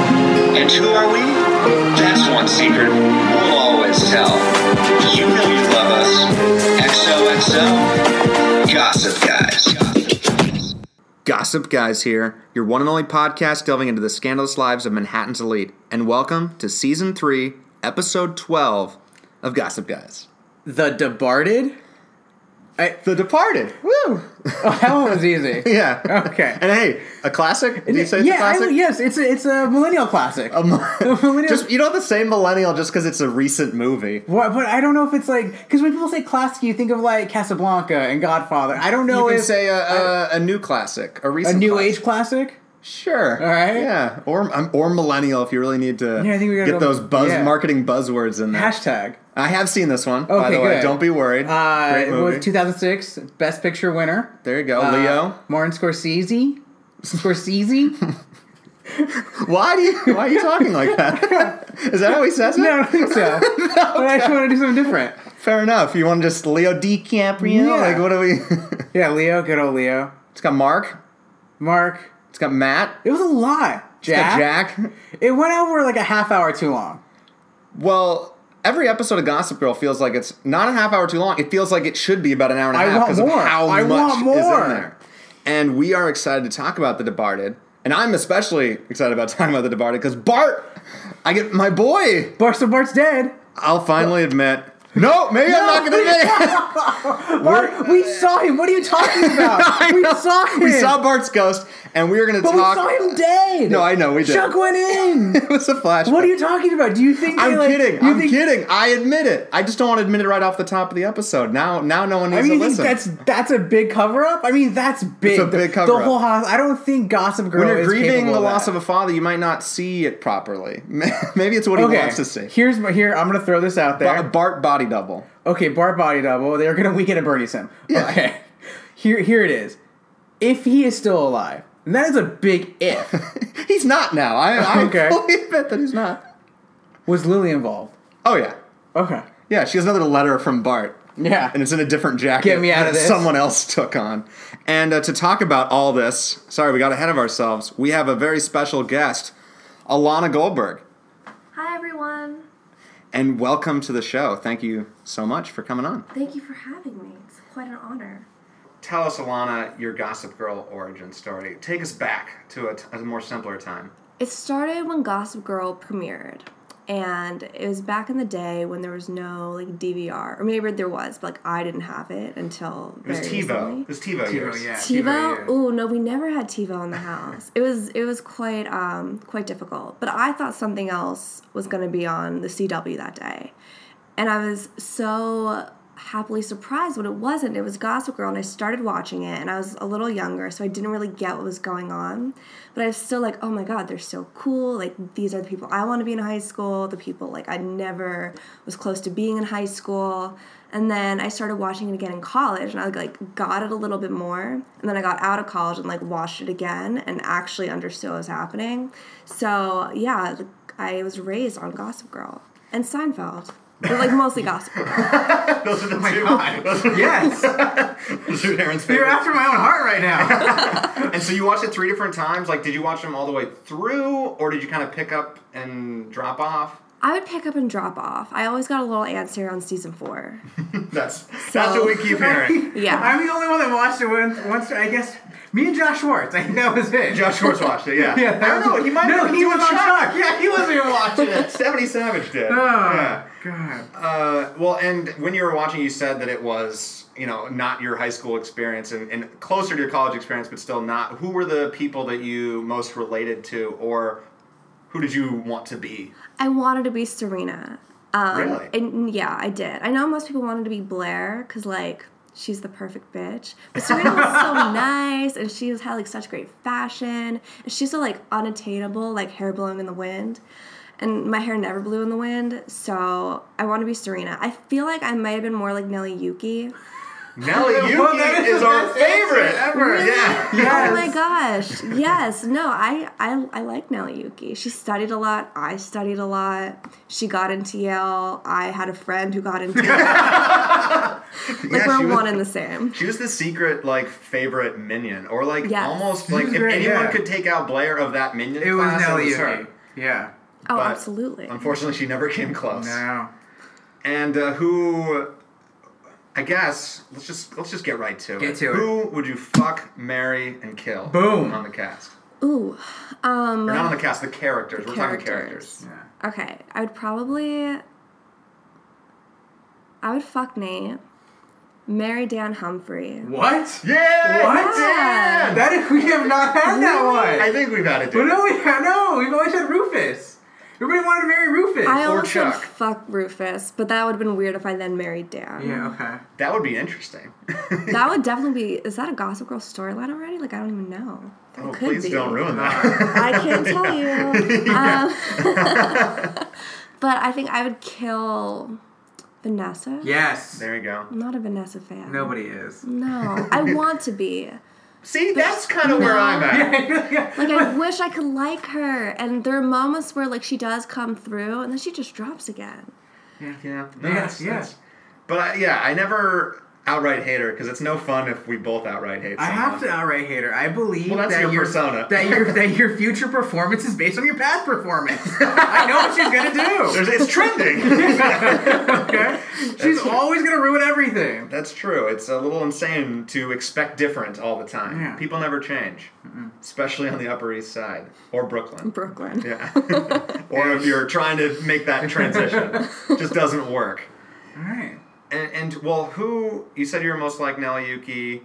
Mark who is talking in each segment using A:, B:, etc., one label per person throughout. A: And who are we? That's one secret we'll always tell. You know you love us. XOXO, Gossip Guys.
B: Gossip Guys here, your one and only podcast delving into the scandalous lives of Manhattan's elite. And welcome to Season 3, Episode 12 of Gossip Guys.
C: The Departed? I,
B: The Departed. Woo!
C: oh, that one was easy.
B: Yeah.
C: Okay.
B: And hey, a classic? Did you say
C: yeah,
B: it's a
C: I,
B: classic?
C: yes, it's a, it's a millennial classic.
B: Um,
C: millennial-
B: just you don't have to say millennial just because it's a recent movie.
C: What, but I don't know if it's like because when people say classic, you think of like Casablanca and Godfather. I don't know
B: you
C: if
B: can say a, a, a new classic, a
C: a
B: recent,
C: new
B: classic.
C: age classic.
B: Sure.
C: All right.
B: Yeah. Or um, or millennial if you really need to
C: Yeah, I think we gotta
B: get
C: go-
B: those buzz
C: yeah.
B: marketing buzzwords in there.
C: Hashtag.
B: I have seen this one. by
C: Okay,
B: the way,
C: good.
B: don't be worried.
C: Uh,
B: Great
C: it was
B: movie.
C: 2006 Best Picture winner.
B: there you go,
C: Uh,
B: Leo.
C: Martin Scorsese. Scorsese.
B: Why do you why are you talking like that? Is that how he says it?
C: no, I don't think so. But I just want to do something different.
B: Fair enough. You want to just Leo DiCaprio?
C: Yeah.
B: Like what do we?
C: Yeah, Leo. Good old Leo.
B: it's got Mark.
C: Mark.
B: It's got Matt.
C: It was a lot.
B: It's got
C: Jack.
B: Jack.
C: It went over like a half hour too long.
B: Well, every episode of Gossip Girl feels like it's not a half hour too long. It feels like it should be about an hour and a
C: I
B: half
C: want
B: because of
C: more.
B: how
C: I
B: much
C: want
B: is
C: more.
B: in there. And we are excited to talk about The Departed. And I'm especially excited about talking about The Departed because Bart, I get my boy.
C: Barstow Bart's dead.
B: I'll finally admit. No, maybe I'm not going to admit it.
C: Bart, we saw him. What are you talking about? we
B: know.
C: saw him.
B: We saw Bart's ghost, and we are going to
C: but
B: talk.
C: we saw him dead.
B: No, I know, we did.
C: Chuck went in.
B: It was a flashback.
C: what are you talking about? Do you think? They,
B: I'm
C: like,
B: kidding.
C: You
B: I'm
C: think,
B: kidding. I admit it. I just don't want to admit it right off the top of the episode. Now, now no one
C: I
B: needs
C: mean, you
B: to
C: think
B: listen.
C: that's that's a big cover up? I mean, that's big.
B: a big
C: The-
B: cover-up.
C: The whole house. I don't think Gossip Girl.
B: when you're
C: is
B: grieving
C: capable
B: the
C: of
B: loss
C: that.
B: of a father, you might not see it properly. Maybe it's what he
C: Okay.
B: wants to see.
C: Here's my here. I'm gonna throw this out
B: Ba-
C: there.
B: Bart body double.
C: Okay, Bart body double. They're gonna weekend at Bernie's him. Okay. Here here it is. If he is still alive, and that is a big if.
B: He's not now. I, I
C: Okay.
B: fully admit that he's not.
C: was Lily involved?
B: Oh yeah,
C: Okay.
B: yeah. She has another letter from Bart,
C: Yeah.
B: and it's in a different jacket
C: Get me out
B: that
C: of this.
B: someone else took on. And uh, to talk about all this, sorry, we got ahead of ourselves. We have a very special guest, Alana Goldberg,
D: Hi everyone.
B: and welcome to the show. Thank you so much for coming on.
D: Thank you for having me. It's quite an honor.
B: Tell us, Alana, your Gossip Girl origin story. Take us back to a, t- a more simpler time.
D: It started when Gossip Girl premiered. And it was back in the day when there was no like DVR, or maybe there was, but like I didn't have it until
B: It was
D: very
B: TiVo.
D: recently.
B: It was TiVo. years.
C: yeah.
D: TiVo? Ooh, no, we never had TiVo in the house. it was it was quite um quite difficult. But I thought something else was gonna be on the CW that day. And I was so happily surprised when it wasn't. It was Gossip Girl and I started watching it and I was a little younger, so I didn't really get what was going on. But I was still like, oh my god, they're so cool. Like these are the people I want to be in high school, the people like I never was close to being in high school. And then I started watching it again in college, and I like got it a little bit more. And then I got out of college and like watched it again, and actually understood what was happening. So yeah, like, I was raised on Gossip Girl and Seinfeld, but like mostly Gossip Girl.
B: Those are the two. Those are,
C: Yes.
B: those are Aaron's
C: You're
B: favorites.
C: after my own heart right now.
B: And so you watched it three different times. Like, did you watch them all the way through, or did you kind of pick up and drop off?
D: I would pick up and drop off. I always got a little answer on season four.
B: That's that's
D: So-
B: what we keep hearing.
D: Yeah.
C: I'm the only one that watched it when, once. I guess me and Josh Schwartz. I think that was it.
B: Josh Schwartz watched it. Yeah.
C: Yeah, that
B: I don't know.
C: was-
B: He might
C: No,
B: have
C: he was on Chuck.
B: Yeah, he wasn't even watching it. Stephanie Savage did.
C: Oh,
B: Yeah.
C: God.
B: Uh, well, and when you were watching, you said that it was, you know, not your high school experience and, and closer to your college experience, but still not. Who were the people that you most related to, or who did you want to be?
D: I wanted to be Serena. Um,
B: Really?
D: And yeah, I did. I know most people wanted to be Blair because like she's the perfect bitch, but Serena was so nice and she had like such great fashion. And she's so like unattainable, like hair blowing in the wind. And my hair never blew in the wind, so I want to be Serena. I feel like I might have been more like Nelly Yuki.
B: Nelly Yuki
C: Well, that
B: is
C: the
B: our
C: best answer
B: favorite.
C: ever.
B: Yeah.
D: Oh my gosh! Yes, no, I, I I like Nelly Yuki. She studied a lot. I studied a lot. She got into Yale. I had a friend who got into Yale. like
B: Yeah, she
D: we're
B: was-
D: one and the same.
B: She was the secret, like, favorite minion, or like
D: Yes.
B: almost like if
C: great,
B: anyone
C: yeah.
B: could take out Blair of that minion
C: It was
B: class,
C: Nelly
B: it was her.
C: Yuki. Yeah.
D: Oh,
B: but
D: absolutely.
B: Unfortunately, she never came close.
C: No.
B: And uh, who? I guess let's just let's just get right to
E: Get
B: it.
E: to it.
B: who would you fuck, marry, and kill?
C: Boom.
B: on the cast.
D: Ooh.
B: Or not on the cast, the characters. We're talking
D: characters.
B: characters.
C: Yeah.
D: Okay. I would probably. I would fuck Nate. Marry Dan Humphrey.
C: What?
B: Yeah,
C: What?
B: Dan!
C: That is, we have not had that one.
B: I think we've got to do.
C: Well,
B: it.
C: no, we no, we've always had Rufus. Everybody wanted to marry Rufus.
D: I
B: Or
D: almost said
B: Chuck.
D: fuck Rufus, but that would have been weird if I then married Dan.
C: yeah, okay.
B: That would be interesting.
D: That would definitely be. Is that a Gossip Girl storyline already? Like, I don't even know. That
B: oh,
D: could
B: please
D: be.
B: don't ruin that.
D: I can't tell you. Um, but I think I would kill Vanessa.
C: Yes.
B: there you go.
D: I'm not a Vanessa fan.
C: Nobody is.
D: No, I want to be.
B: See, that's kind of where
D: No.
B: I'm at.
D: Like I wish I could like her. And there are moments where like she does come through, and then she just drops again.
B: Yeah.
C: Yeah,
B: Yes.
C: yeah.
B: Yes. But I, yeah, I never outright hate her because it's no fun if we both outright hate.
C: I have to outright hate her. I believe
B: Well, that's
C: that
B: your persona.
C: that your that your future performance is based on your past performance. I know what she's gonna
B: There's, it's trending.
C: do. Okay, she's always gonna ruin everything.
B: That's true. It's a little insane to expect different all the time.
C: Yeah.
B: People never change, especially on the Upper East Side or Brooklyn.
D: Brooklyn.
B: Yeah. or if you're trying to make that transition, It just doesn't work.
C: All right.
B: And, and well, who you said you were most like Nelliyuki?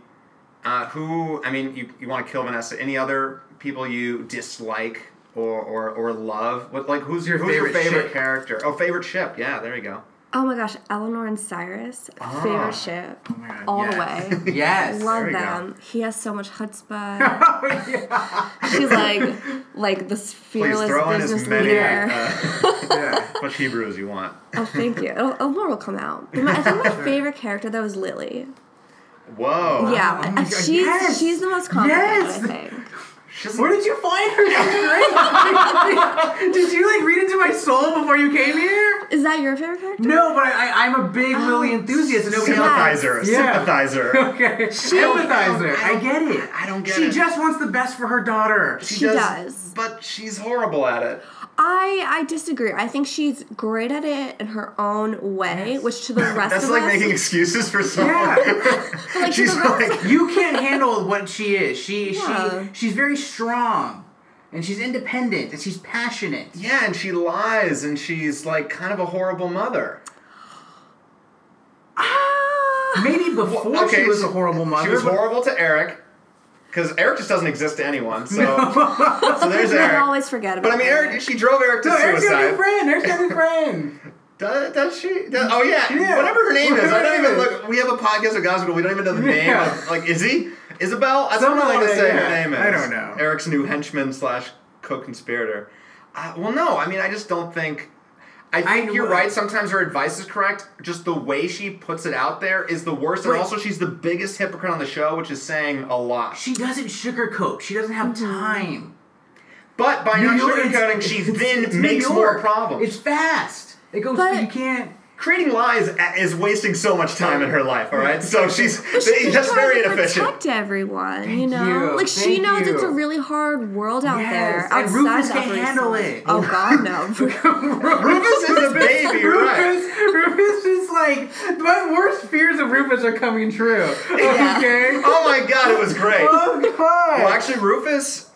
B: Uh, who I mean, you, you want to kill Vanessa? Any other people you dislike or or, or love? What like who's
C: Your
B: who's your
C: favorite
B: favorite
C: ship.
B: character? Oh, favorite ship. Yeah, there you go.
D: Oh my gosh, Eleanor and Cyrus,
B: Ah.
D: favorite ship,
C: Oh my God,
D: all
C: yes.
D: the way.
C: Yes.
B: There
D: Love
B: we go.
D: them. He has so much chutzpah.
C: Oh, yeah.
D: She's like, like
B: Please
D: this fearless
B: throw in
D: business
B: as many
D: leader.
B: uh,
C: yeah.
B: as much Hebrew as you want.
D: Oh, thank you. It'll, it'll- more will come out. But my, I think my favorite character though was Lily.
B: Whoa.
D: Yeah,
C: Oh my God,
D: she's
C: yes.
D: she's the most complicated.
C: Yes.
D: I think.
B: She's-
C: Where did you find her? That's great. did you like read into my soul before you came here?
D: Is that your favorite character?
C: No, but I, I I'm a big
B: Oh,
C: Lily enthusiast, and nobody else.
B: sympathizer.
C: Yeah.
B: Sympathizer.
C: Okay. Sympathizer. I,
B: I don't-
C: get it.
B: I don't get
C: she
B: it.
C: just wants the best for her daughter.
D: She does.
B: But she's horrible at it.
D: I I disagree. I think she's great at it in her own way, which to the rest
B: That's
D: of
B: like
D: us,
B: making excuses for someone.
C: Yeah.
D: but, like, to
B: She's
D: the rest
B: like,
C: you can't handle what she is. She
D: Yeah.
C: she she's very strong. And she's independent and she's passionate.
B: Yeah, and she lies, and she's like kind of a horrible mother.
C: Maybe before she was
B: so
C: a horrible mother.
B: She was
C: but-
B: horrible to Eric, because Eric just doesn't exist to anyone. So, so there's
D: People
B: Eric.
D: always forget about
B: but I mean,
D: her.
B: Eric. She drove Eric to
C: No, Eric's got a
B: suicide.
C: friend. Eric's got a friend.
B: Does, does she? does- oh yeah,
C: Yeah.
B: whatever her name is. I don't even
C: Whatever it
B: look. We have a podcast with Gospel. We don't even know the name.
C: Yeah.
B: Of, like, is he Isabel? I don't
C: Something
B: know what
C: like
B: to
C: that,
B: say
C: yeah.
B: her name is.
C: I don't know.
B: Eric's new henchman slash co-conspirator. Uh, well, no. I mean, I just don't think. I think you're
C: would-
B: right. Sometimes her advice is correct. Just the way she puts it out there is the worst.
C: Right.
B: And also, she's the biggest hypocrite on the show, which is saying a lot.
C: She doesn't sugarcoat. She doesn't have time.
B: but by not
C: You know, it's-
B: sugarcoating, she
C: it's-
B: then
C: it's New
B: makes more
C: York.
B: problems.
C: It's fast. It goes.
D: But-
C: you can't.
B: creating lies a- is wasting so much time in her life. All right, so she's
D: She's
B: that's
D: trying
B: very
D: to
B: inefficient.
D: protect everyone, you know.
C: you,
D: Like she
C: thank
D: knows it's
C: you.
D: a really hard world out
C: Yes,
D: there.
C: and
D: outside
C: Rufus
D: the
C: can't
D: Upper East
C: handle
D: Side.
C: it.
D: Oh God, no!
B: Rufus is a baby, you're right?
C: Rufus, Rufus is like my worst fears of Rufus are coming true. Okay.
B: Oh my god, it was great. Well,
C: Oh God.
B: actually, Rufus,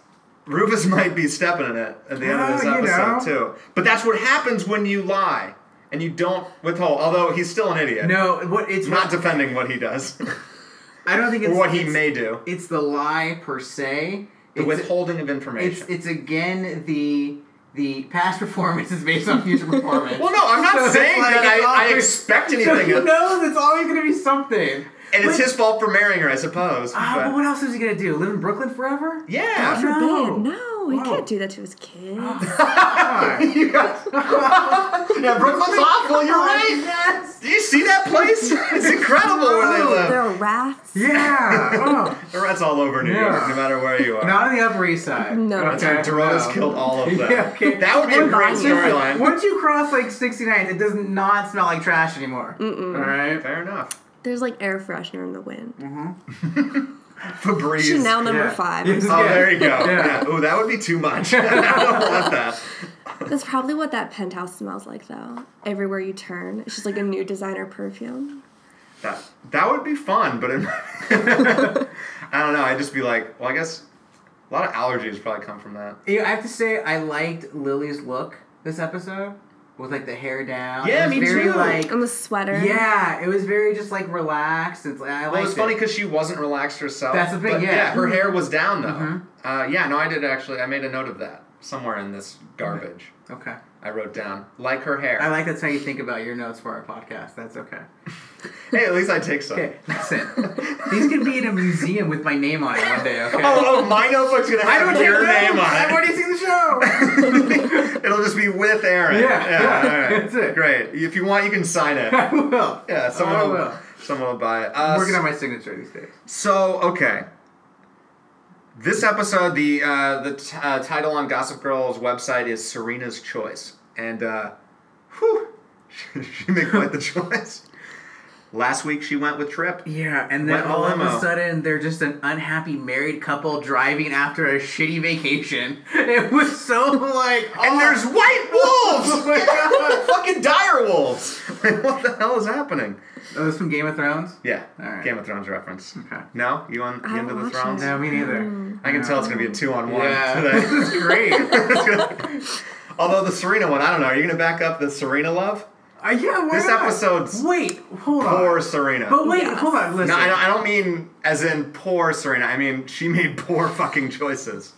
B: Rufus might be stepping in it at the end of this
C: Oh, you
B: episode too. But that's what happens when you lie and you don't withhold. Although he's still an idiot.
C: no, what it's
B: Not defending what he does or
C: I don't think it's
B: what he
C: it's-
B: may do.
C: It's the lie per se.
B: The
C: it's,
B: withholding of
C: It's
B: information.
C: it's again the the past performance is based on future performance.
B: well, no, I'm
C: So
B: not
C: it's
B: saying
C: like oh,
B: that
C: it's
B: I, I
C: always-
B: expect
C: So
B: anything,
C: he
B: of-
C: knows it's always going to be something.
B: and it's
C: But-
B: his fault for marrying her, I suppose.
C: Ah,
B: but-
C: but what else is he gonna do? Live in Brooklyn forever?
B: yeah,
D: God
C: No.
D: forbid. No, he
C: Whoa. Ah.
D: can't do that to his kids.
C: God.
B: You guys. yeah, Brooklyn's awful. You're right.
C: Oh, Yes.
B: Do you see that place? It's incredible where they
D: there
B: live.
D: are rats.
C: Yeah.
B: The rats all over New
C: Yeah.
B: York, no matter where you
C: Oh.
B: are.
C: Not on the Upper East Side. Oh.
D: No.
B: Dude, Dorota's
C: no.
B: killed all of them.
C: Yeah, okay.
B: That would be a
D: We're
B: great
D: buying it.
B: storyline.
C: Once you cross like 69, it does not smell like trash anymore. All right.
B: Fair enough.
D: There's like air freshener in the wind.
B: Febreze.
D: Chanel number
C: Yeah.
D: five.
C: Yes.
B: Oh, there you go.
C: Yeah.
B: Yeah. Ooh, that would be too much. I don't want that.
D: That's probably what that penthouse smells like, though. Everywhere you turn, it's just like a new designer perfume.
B: That that would be fun, but it, I don't know. I'd just be like, well, I guess a lot of allergies probably come from that.
C: You know, I have to say, I liked Lily's look this episode with like the hair down.
B: Yeah,
C: it was
B: me
C: very,
B: too.
C: Like,
D: And the sweater.
C: yeah, it was very just like relaxed. It's I
B: Well,
C: liked
B: it's funny because she wasn't relaxed herself.
C: That's the thing,
B: but
C: yeah. Mm-hmm.
B: her hair was down though. Uh, yeah, no, I did actually. I made a note of that somewhere in this garbage.
C: Okay,
B: I wrote down like her hair.
C: I like that's how you think about your notes for our podcast. That's okay.
B: hey, at least I take some.
C: Okay, listen, these could be in a museum with my name on it one day. Okay.
B: Oh, oh, my notebook's gonna
C: I don't
B: have
C: take
B: your
C: notes.
B: name
C: I've
B: on
C: already seen the show.
B: it. It'll just be with Aaron.
C: Yeah, yeah,
B: all right.
C: that's it.
B: Great. If you want, you can sign it.
C: I will.
B: Yeah, someone
C: I
B: will,
C: will.
B: Someone will buy it. Uh,
C: I'm working on my signature these days.
B: So okay. This episode, the uh, the t- uh, title on Gossip Girl's website is Serena's Choice, and uh, whew, she made quite the choice. Last week she went with Trip.
C: Yeah, and
B: Wet
C: then all of
B: limo.
C: a sudden they're just an unhappy married couple driving after a shitty vacation. It was so like, oh,
B: And there's white wolves,
C: my God.
B: fucking dire wolves. Like, what the hell is happening?
C: oh, this from Game of Thrones.
B: Yeah,
C: All right.
B: Game of Thrones reference.
C: Okay.
B: No, you on
D: I
B: you into the
D: watched
B: Thrones?
D: it.
C: No, me neither.
B: I can tell it's gonna be a two on one
C: Yeah,
B: today.
C: this is great. uh,
B: Although the Serena one, I don't know. Are you gonna back up the Serena love?
C: yeah, why
B: This
C: not?
B: episode's
C: Wait, hold on.
B: Poor Serena.
C: But wait,
D: Yes.
C: hold on.
B: No,
C: Listen,
B: I don't, I don't mean as in poor Serena. I mean she made poor fucking choices.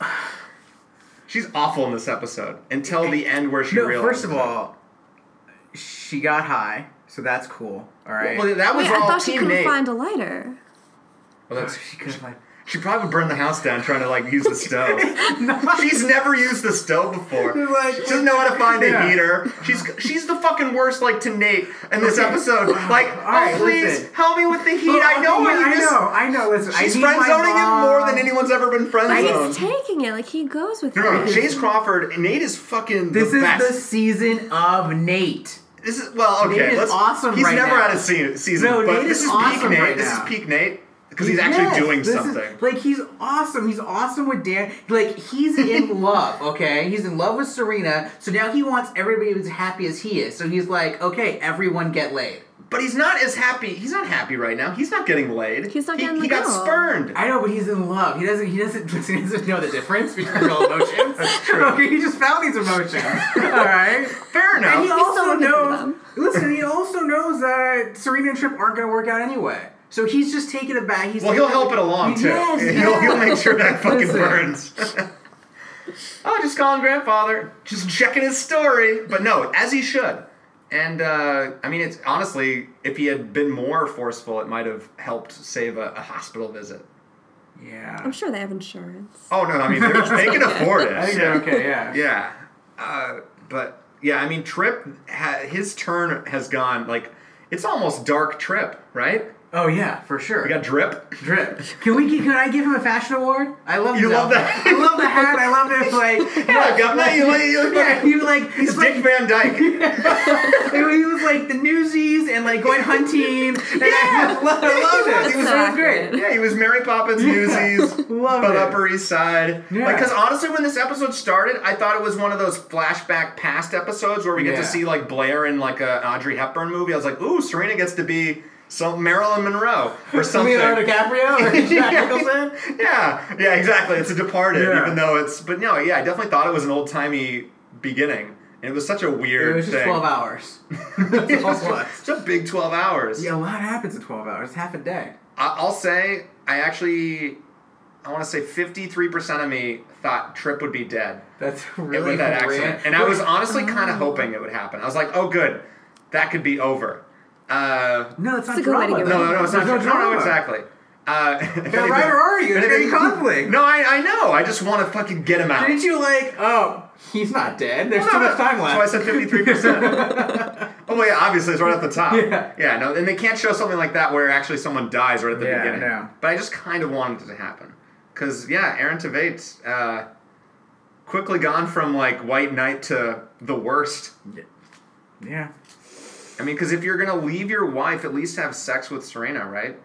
B: She's awful in this episode until the end where she
C: no.
B: realized.
C: First of all, she got high, so that's cool. All right.
B: well, that was
D: Wait,
B: all
D: I thought she
B: Team
D: couldn't
B: Nate.
D: find a lighter.
B: well, that's,
C: Oh, she could have.
B: she probably burned the house down trying to like use the stove. She's never used the stove before.
C: Like-
B: she doesn't know how to find
C: Yeah.
B: a heater. She's she's the fucking worst. Like to Nate in this episode. Like, oh
C: right,
B: please
C: listen. Oh,
B: help me with the heat. I know what you
C: I
B: just.
C: know. I know. Listen, I
B: She's
C: need
B: friend
C: my
B: zoning him
C: mom.
B: more than anyone's ever been friend
D: But
B: zoned.
D: he's taking it. Like he goes with
B: No, no,
D: it.
B: James Crawford, Nate is fucking
C: This
B: the
C: is
B: best.
C: the season of Nate.
B: this is well, okay.
C: Nate is
B: let's,
C: awesome
B: He's
C: right
B: never
C: now.
B: had a se- season,
C: No,
B: but
C: Nate
B: this
C: is
B: is peak
C: awesome
B: Nate.
C: right
B: this is
C: now.
B: peak Nate because he's actually
C: Yes,
B: doing
C: this is-
B: something.
C: like he's awesome. He's awesome with Dan. Like he's in love. Okay, he's in love with Serena. So now he wants everybody to be as happy as he is. So he's like, okay, everyone get laid.
B: but he's not as happy. He's not happy right now. He's not getting laid.
D: He's not
B: he,
D: getting
B: He
D: the
B: got
D: girl.
B: spurned.
C: I know, but he's in love. He doesn't. He doesn't. Listen, he doesn't know the difference between real emotions. That's true. Okay, he just found these emotions. All right.
B: Fair
C: And
B: enough.
C: he
D: still
C: also
D: looking through
C: knows.
D: them.
C: Listen, he also knows that Serena and Trip aren't going to work out anyway. So he's just taking it back. He's
B: well, he'll help it along too.
C: Yes,
B: he'll,
C: yeah.
B: he'll make sure that fucking
C: Listen.
B: burns. oh, just calling grandfather, just checking his story. But no, as he should. And uh, I mean, it's honestly, if he had been more forceful, it might have helped save a, a hospital visit.
C: Yeah.
D: I'm sure they have insurance.
B: Oh no, I mean they're- they can afford it.
C: I think they're okay. Yeah.
B: Yeah, uh, but yeah, I mean Trip, ha- his turn has gone like it's almost dark Trip, right?
C: Oh yeah, for sure.
B: We got Drip.
C: drip. Can we? Can I give him a fashion award? I love.
B: You
C: his
B: love
C: outfit.
B: that?
C: I love the hat. I love this. Like.
B: Yeah, governor, you, you, you,
C: Yeah, he was like
B: he's
C: it's
B: Dick
C: like
B: Van Dyke.
C: he was like the newsies and like going hunting. And
B: Yeah.
C: I just loved, I loved it.
D: That's
C: It was,
D: so
C: it was great.
D: accurate.
B: Yeah, he was Mary Poppins, Newsies,
C: Love
B: but
C: it.
B: Upper East Side.
C: Yeah.
B: Because honestly, when this episode started, I thought it was one of those flashback past episodes where we get
C: Yeah.
B: to see like Blair in like a Audrey Hepburn movie. I was like, ooh, Serena gets to be some Marilyn Monroe or something.
C: Leonardo DiCaprio or Jack Nicholson.
B: yeah, yeah, exactly. It's a Departed,
C: Yeah.
B: even though it's. But no, yeah, I definitely thought it was an old timey beginning, and it was such a weird.
C: It was just
B: thing.
C: twelve hours. That's all it was.
B: It's a big twelve hours.
C: Yeah, a lot happens in twelve hours. It's half a day.
B: I- I'll say I actually, I want to say fifty three percent of me thought Trip would be dead
C: That's really Oh.
B: with that
C: weird.
B: accident, and I was honestly kind of hoping it would happen. I was like, oh, good, that could be over. Uh,
C: No, it's not
D: a good way to
C: drama.
D: get rid
B: no, no, no, it's not.
C: There's
B: No,
C: no
B: no,
C: drama.
B: exactly. Uh, if anything-
C: right or are you?
B: if
C: There's gonna be
B: anything-
C: conflict.
B: No, I, I know. I just want to fucking get him out.
C: Didn't you like? Oh, he's not dead. There's too much time left.
B: So I said fifty-three percent. oh well, yeah, obviously it's right at the top.
C: Yeah.
B: no, and they can't show something like that where actually someone dies right at the
C: Yeah,
B: beginning.
C: no.
B: But I just kind of wanted it to happen because yeah, Aaron Tveit, uh quickly gone from like White Knight to the worst.
C: yeah.
B: I mean, because if you're gonna leave your wife, at least have sex with Serena, right?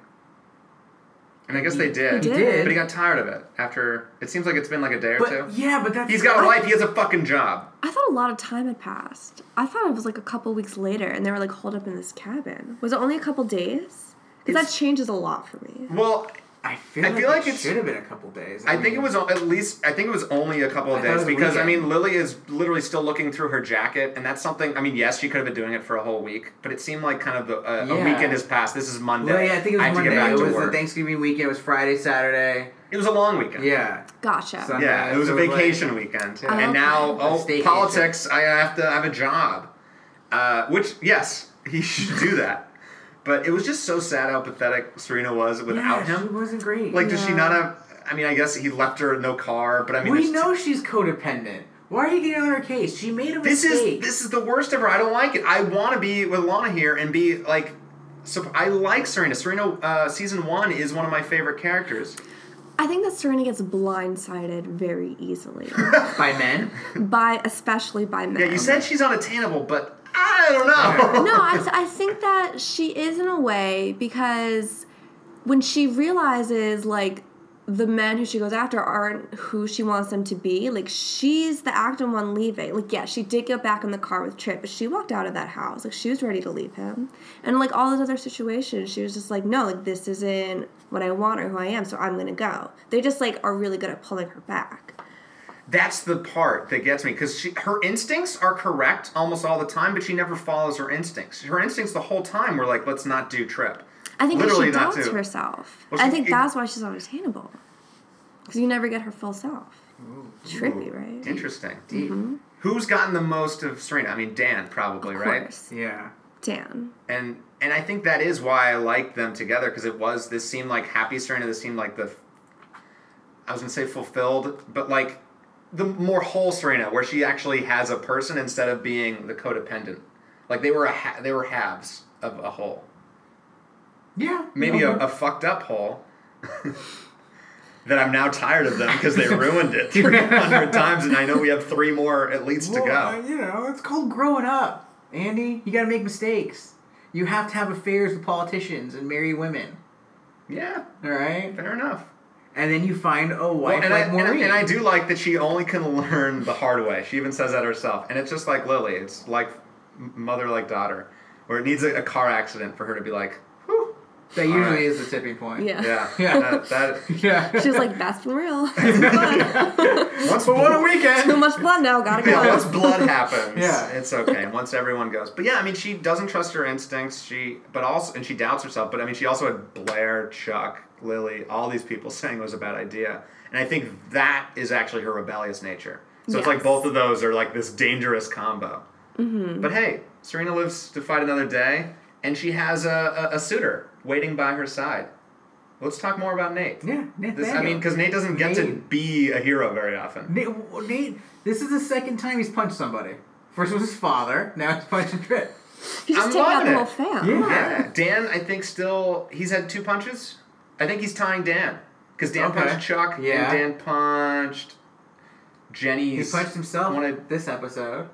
B: And I guess they did.
D: He did.
B: But he got tired of it after. It seems like it's been like a day or
C: But
B: two.
C: yeah, but that's
B: He's got a
C: I-
B: life. He has a fucking job.
D: I thought a lot of time had passed. I thought it was like a couple weeks later, and they were like holed up in this cabin. Was it only a couple days? Because that
C: It's-
D: changes a lot for me.
B: Well,
C: I feel
B: I
C: like,
B: feel like
C: it
B: it's-
C: should have been a couple days.
B: I think it
C: mean,
B: was o- at least. I think it was only a couple of
C: I thought it
B: days
C: was
B: because I
C: weekend.
B: mean, Lily is literally still looking through her jacket, and that's something. I mean, yes, she could have been doing it for a whole week, but it seemed like kind of the, uh, a
C: Yeah.
B: weekend has passed. This is Monday.
C: Well, yeah, I think it was
B: have to
C: Monday.
B: get back
C: It
B: to
C: was
B: work.
C: the Thanksgiving weekend. It was Friday, Saturday.
B: It was a long weekend.
C: Yeah.
D: Gotcha.
C: So-
B: Yeah, it was a
C: So it was
B: vacation weekend,
C: Oh,
B: and now
D: okay.
B: oh,
C: A staycation.
B: politics. I have to. I have a job, uh, which yes, he should do that. But it was just so sad how pathetic Serena was without
C: yeah, she
B: him.
C: wasn't great.
B: Like, does she
D: Yeah.
B: not have? I mean, I guess he left her no car, but I mean,
C: we
B: there's-
C: know she's codependent. Why are you getting on her case? She made a
B: this
C: mistake.
B: is this is the worst ever. I don't like it. I want to be with Lana here and be like. So I like Serena. Serena uh, season one is one of my favorite characters.
D: I think that Serena gets blindsided very easily
C: by men.
D: by, especially by men.
B: Yeah, you said she's unattainable, but I don't know.
D: no, I, th- I think that she is in a way because when she realizes like the men who she goes after aren't who she wants them to be, like she's the active one leaving. Like yeah, she did get back in the car with Trip, but she walked out of that house like she was ready to leave him. And like all those other situations, she was just like, no, like this isn't what I want or who I am, so I'm gonna go. They just like are really good at pulling her back.
B: That's the part that gets me because her instincts are correct almost all the time, but she never follows her instincts. Her instincts the whole time were like, let's not do trip.
D: I think 'cause
B: Literally
D: she
B: not
D: doubts
B: to.
D: herself.
B: Well,
D: I
B: she-
D: think
B: it-
D: that's why she's unattainable. Because you never get her full self. Trippy, right?
B: Interesting.
C: Deep.
B: Who's gotten the most of Serena? I mean, Dan probably,
D: Of
B: right?
D: course.
C: Yeah.
D: Dan.
B: And and I think that is why I liked them together because it was this seemed like happy Serena. This seemed like the I was gonna say fulfilled, but like the more whole Serena, where she actually has a person instead of being the codependent. Like they were a ha- they were halves of a whole.
C: Yeah.
B: maybe a, a fucked up hole that I'm now tired of them because they ruined it 300 times, and I know we have three more at least to
C: Well, uh,
B: go.
C: You know, it's called growing up, Andy. You gotta make mistakes. You have to have affairs with politicians and marry women.
B: Yeah,
C: All right,
B: fair enough.
C: and then you find a
B: Well,
C: wife
B: Oh, and, I,
C: like
B: and, I,
C: Maureen.
B: and I do like that she only can learn the hard way. She even says that herself, and it's just like Lily. It's like m- mother like daughter, where it needs a, a car accident for her to be like, Whew.
C: That usually
B: Alright.
C: is the tipping point.
D: Yeah.
B: yeah,
C: Yeah.
B: That, that-
C: Yeah.
D: She was like, that's been real. That's fun.
B: once for what a weekend.
D: Too much blood now, gotta
B: Yeah, once
D: go.
B: blood happens,
C: Yeah.
B: it's okay. Once everyone goes, but yeah, I mean, she doesn't trust her instincts. She, but also, and she doubts herself. But I mean, she also had Blair, Chuck, Lily, all these people saying it was a bad idea, and I think that is actually her rebellious nature. So it's like
D: Yes.
B: both of those are like this dangerous combo.
C: Mm-hmm.
B: But hey, Serena lives to fight another day, and she has a, a, a suitor waiting by her side. Let's talk more about Nate.
C: Yeah. Nathaniel.
B: This, I mean, because Nate doesn't get to
C: Nate.
B: be a hero very often.
C: Nate, w- Nate, this is the second time he's punched somebody. First was his father. Now he's punching Trip.
D: He's just
B: I'm
D: taking out
B: loving
D: the
B: it.
D: whole fam.
C: Yeah.
B: Yeah, Dan. I think still he's had two punches. I think he's tying Dan because Dan
C: Okay.
B: punched Chuck
C: Yeah.
B: and Dan punched Jenny.
C: He punched himself
B: Wanted-
C: this episode.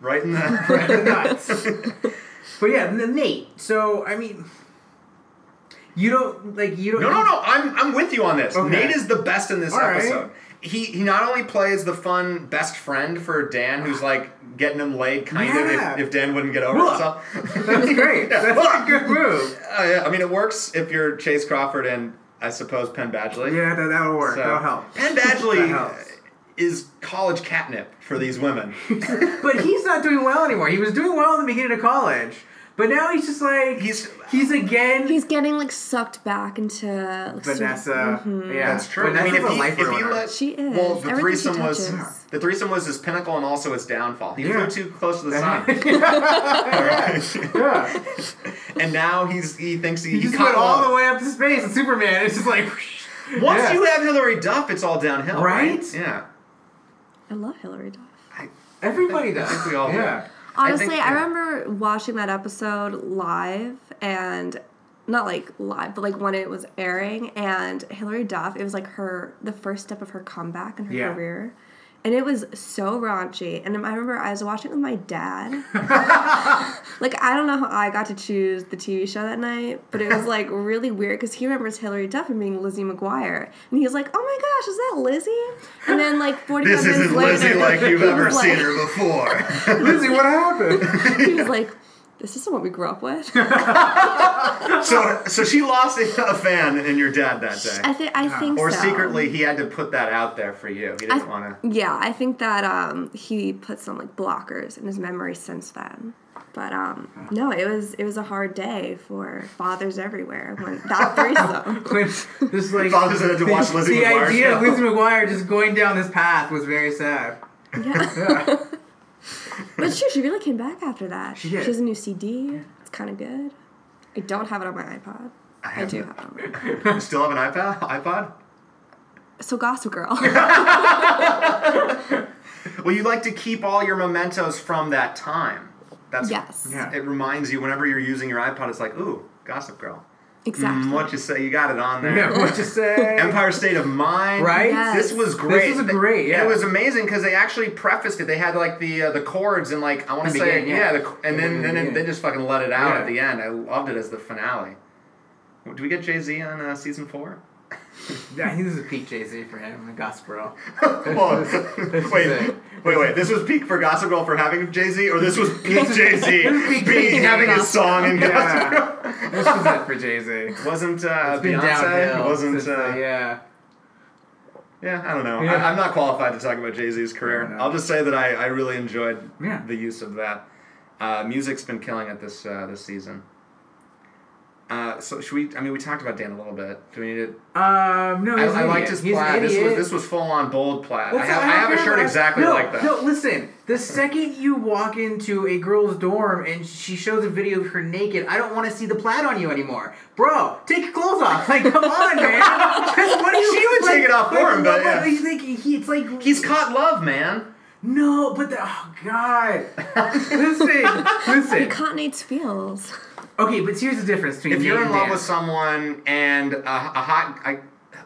B: right in
C: Right in
B: the.
C: the nuts. but yeah, n- Nate. So I mean, you don't like you don't.
B: no, no, no. I'm I'm with you on this.
C: Okay.
B: Nate is the best in this
C: All right.
B: episode. He he not only plays the fun best friend for Dan, who's like getting him laid, kind
C: Yeah.
B: of if, if Dan wouldn't get over
C: Look.
B: himself.
C: That's great. That's a good move.
B: Uh, yeah, I mean, it works if you're Chase Crawford and I suppose Penn Badgley.
C: Yeah, that, that'll work.
B: So,
C: That'll help.
B: Penn
C: That
B: Badgley
C: helps.
B: is college catnip for these women.
C: But he's not doing well anymore. He was doing well in the beginning of college, but now he's just like
B: He's-
C: he's again
D: He's getting like sucked back into like, sort of-
C: Vanessa. Yeah,
B: That's true. I
C: Vanessa's
B: mean, if
C: a
B: he,
C: life
B: if he
C: ruiner.
B: let
D: She is.
B: well, the
D: Everything she
B: threesome was
D: touches.
B: the threesome was his pinnacle and also his downfall. He
C: Yeah.
B: flew too close to the sun,
C: yeah.
B: and now he's he thinks he,
C: he
B: he
C: just
B: caught
C: went all
B: love.
C: the way up to space. And Superman is just like
B: Once
C: yeah.
B: you have Hillary Duff, it's all downhill, right?
C: Right?
B: Yeah,
D: I love Hillary Duff.
B: I,
C: Everybody does.
B: I think we all do.
C: yeah.
D: Honestly, I,
B: think- yeah.
D: remember watching that episode live and not like live, but like when it was airing and Hilary Duff, it was like her the first step of her comeback in her
C: Yeah.
D: career. and it was so raunchy. And I remember I was watching it with my dad. like I don't know how I got to choose the TV show that night, but it was like really weird because he remembers Hillary Duff and being Lizzie McGuire, and he was like, "Oh my gosh, is that Lizzie?" And then like forty
B: This
D: minutes
B: isn't
D: later,
B: Lizzie like you've
D: he was
B: ever seen
D: like-
B: her before.
C: Lizzie, what happened?
D: He was like, "This isn't what we grew up with."
B: so, so she lost a fan in your dad that day.
D: I think I think
B: or
D: so.
B: secretly, he had to put that out there for you. He
D: I-
B: didn't want to.
D: Yeah, I think that um, he put some like blockers in his memory since then. But um, no, it was it was a hard day for fathers everywhere when that threesome.
C: When- just like
B: Fathers that had to watch Lizzie
C: the
B: McGuire
C: idea of
B: show.
C: Lizzie McGuire just going down this path was very sad.
D: yeah. but sure, she really came back after that.
C: She did.
D: She has a new CD. It's kind of good. I don't have it on my iPod. I,
B: have
D: do
B: it.
D: have it on my iPod.
B: You still have an iPad? iPod?
D: So Gossip Girl.
B: Well, you like to keep all your mementos from that time. That's
D: Yes.
C: Yeah.
B: It reminds you whenever you're using your iPod. It's like, ooh, Gossip Girl.
D: exactly.
B: Mm, what you say? You got it on there.
C: Yeah, what you say?
B: Empire State of Mind.
C: Right?
D: Yes.
B: This was great.
C: This was great,
B: And
C: yeah.
B: It was amazing because they actually prefaced it. They had like the uh, the chords and like I want to
C: The
B: say
C: beginning, yeah.
B: yeah, the, and then
C: The
B: then
C: beginning.
B: they just fucking let it out
C: Yeah.
B: at the end. I loved it as the finale. Do we get Jay Z on uh, season four?
C: Yeah, I think this is peak Jay Z for him, the Gossip Girl.
B: Well,
C: This is
B: wait,
C: it.
B: wait, wait. This was peak for Gossip Girl for having Jay Z, or this was peak Jay
C: This is
B: Z
C: peak Jay-Z.
B: being having his song and Gossip Girl.
C: Yeah, this is it for Jay Z.
B: Wasn't uh,
C: It's been
B: Beyonce?
C: downhill.
B: Wasn't
C: since, uh,
B: uh,
C: yeah.
B: Yeah, I don't know.
C: Yeah.
B: I, I'm not qualified to talk about Jay Z's career.
C: No, no.
B: I'll just say that I, I really enjoyed
C: Yeah.
B: the use of that. Uh, music's been killing it this uh, this season. Uh, so should we? I mean, we talked about Dan a little bit. Do we need to?
C: Um, no,
B: I,
C: he's
B: I
C: an
B: liked
C: idiot.
B: his
C: He's an
B: plaid. This was
C: idiot.
B: this was full on bold plaid. I
C: That's
B: have, I
C: not-
B: have a
C: care
B: shirt
C: about-
B: exactly
C: no,
B: like that.
C: No, listen. The second you walk into a girl's dorm and she shows a video of her naked, I don't want to see the plaid on you anymore, bro. Take your clothes off. Like, come on, man. Just what do you?
B: She would
C: like-
B: take it off for
C: like,
B: him, but yeah.
C: he's like, he, it's like
B: He's caught love, man.
C: No, but the, oh god. listen, listen.
D: Cottonates feels.
C: Okay, but here's the difference between
B: If
C: me
B: you're
C: and
B: in love
C: Dan.
B: with someone and a, a hot, I,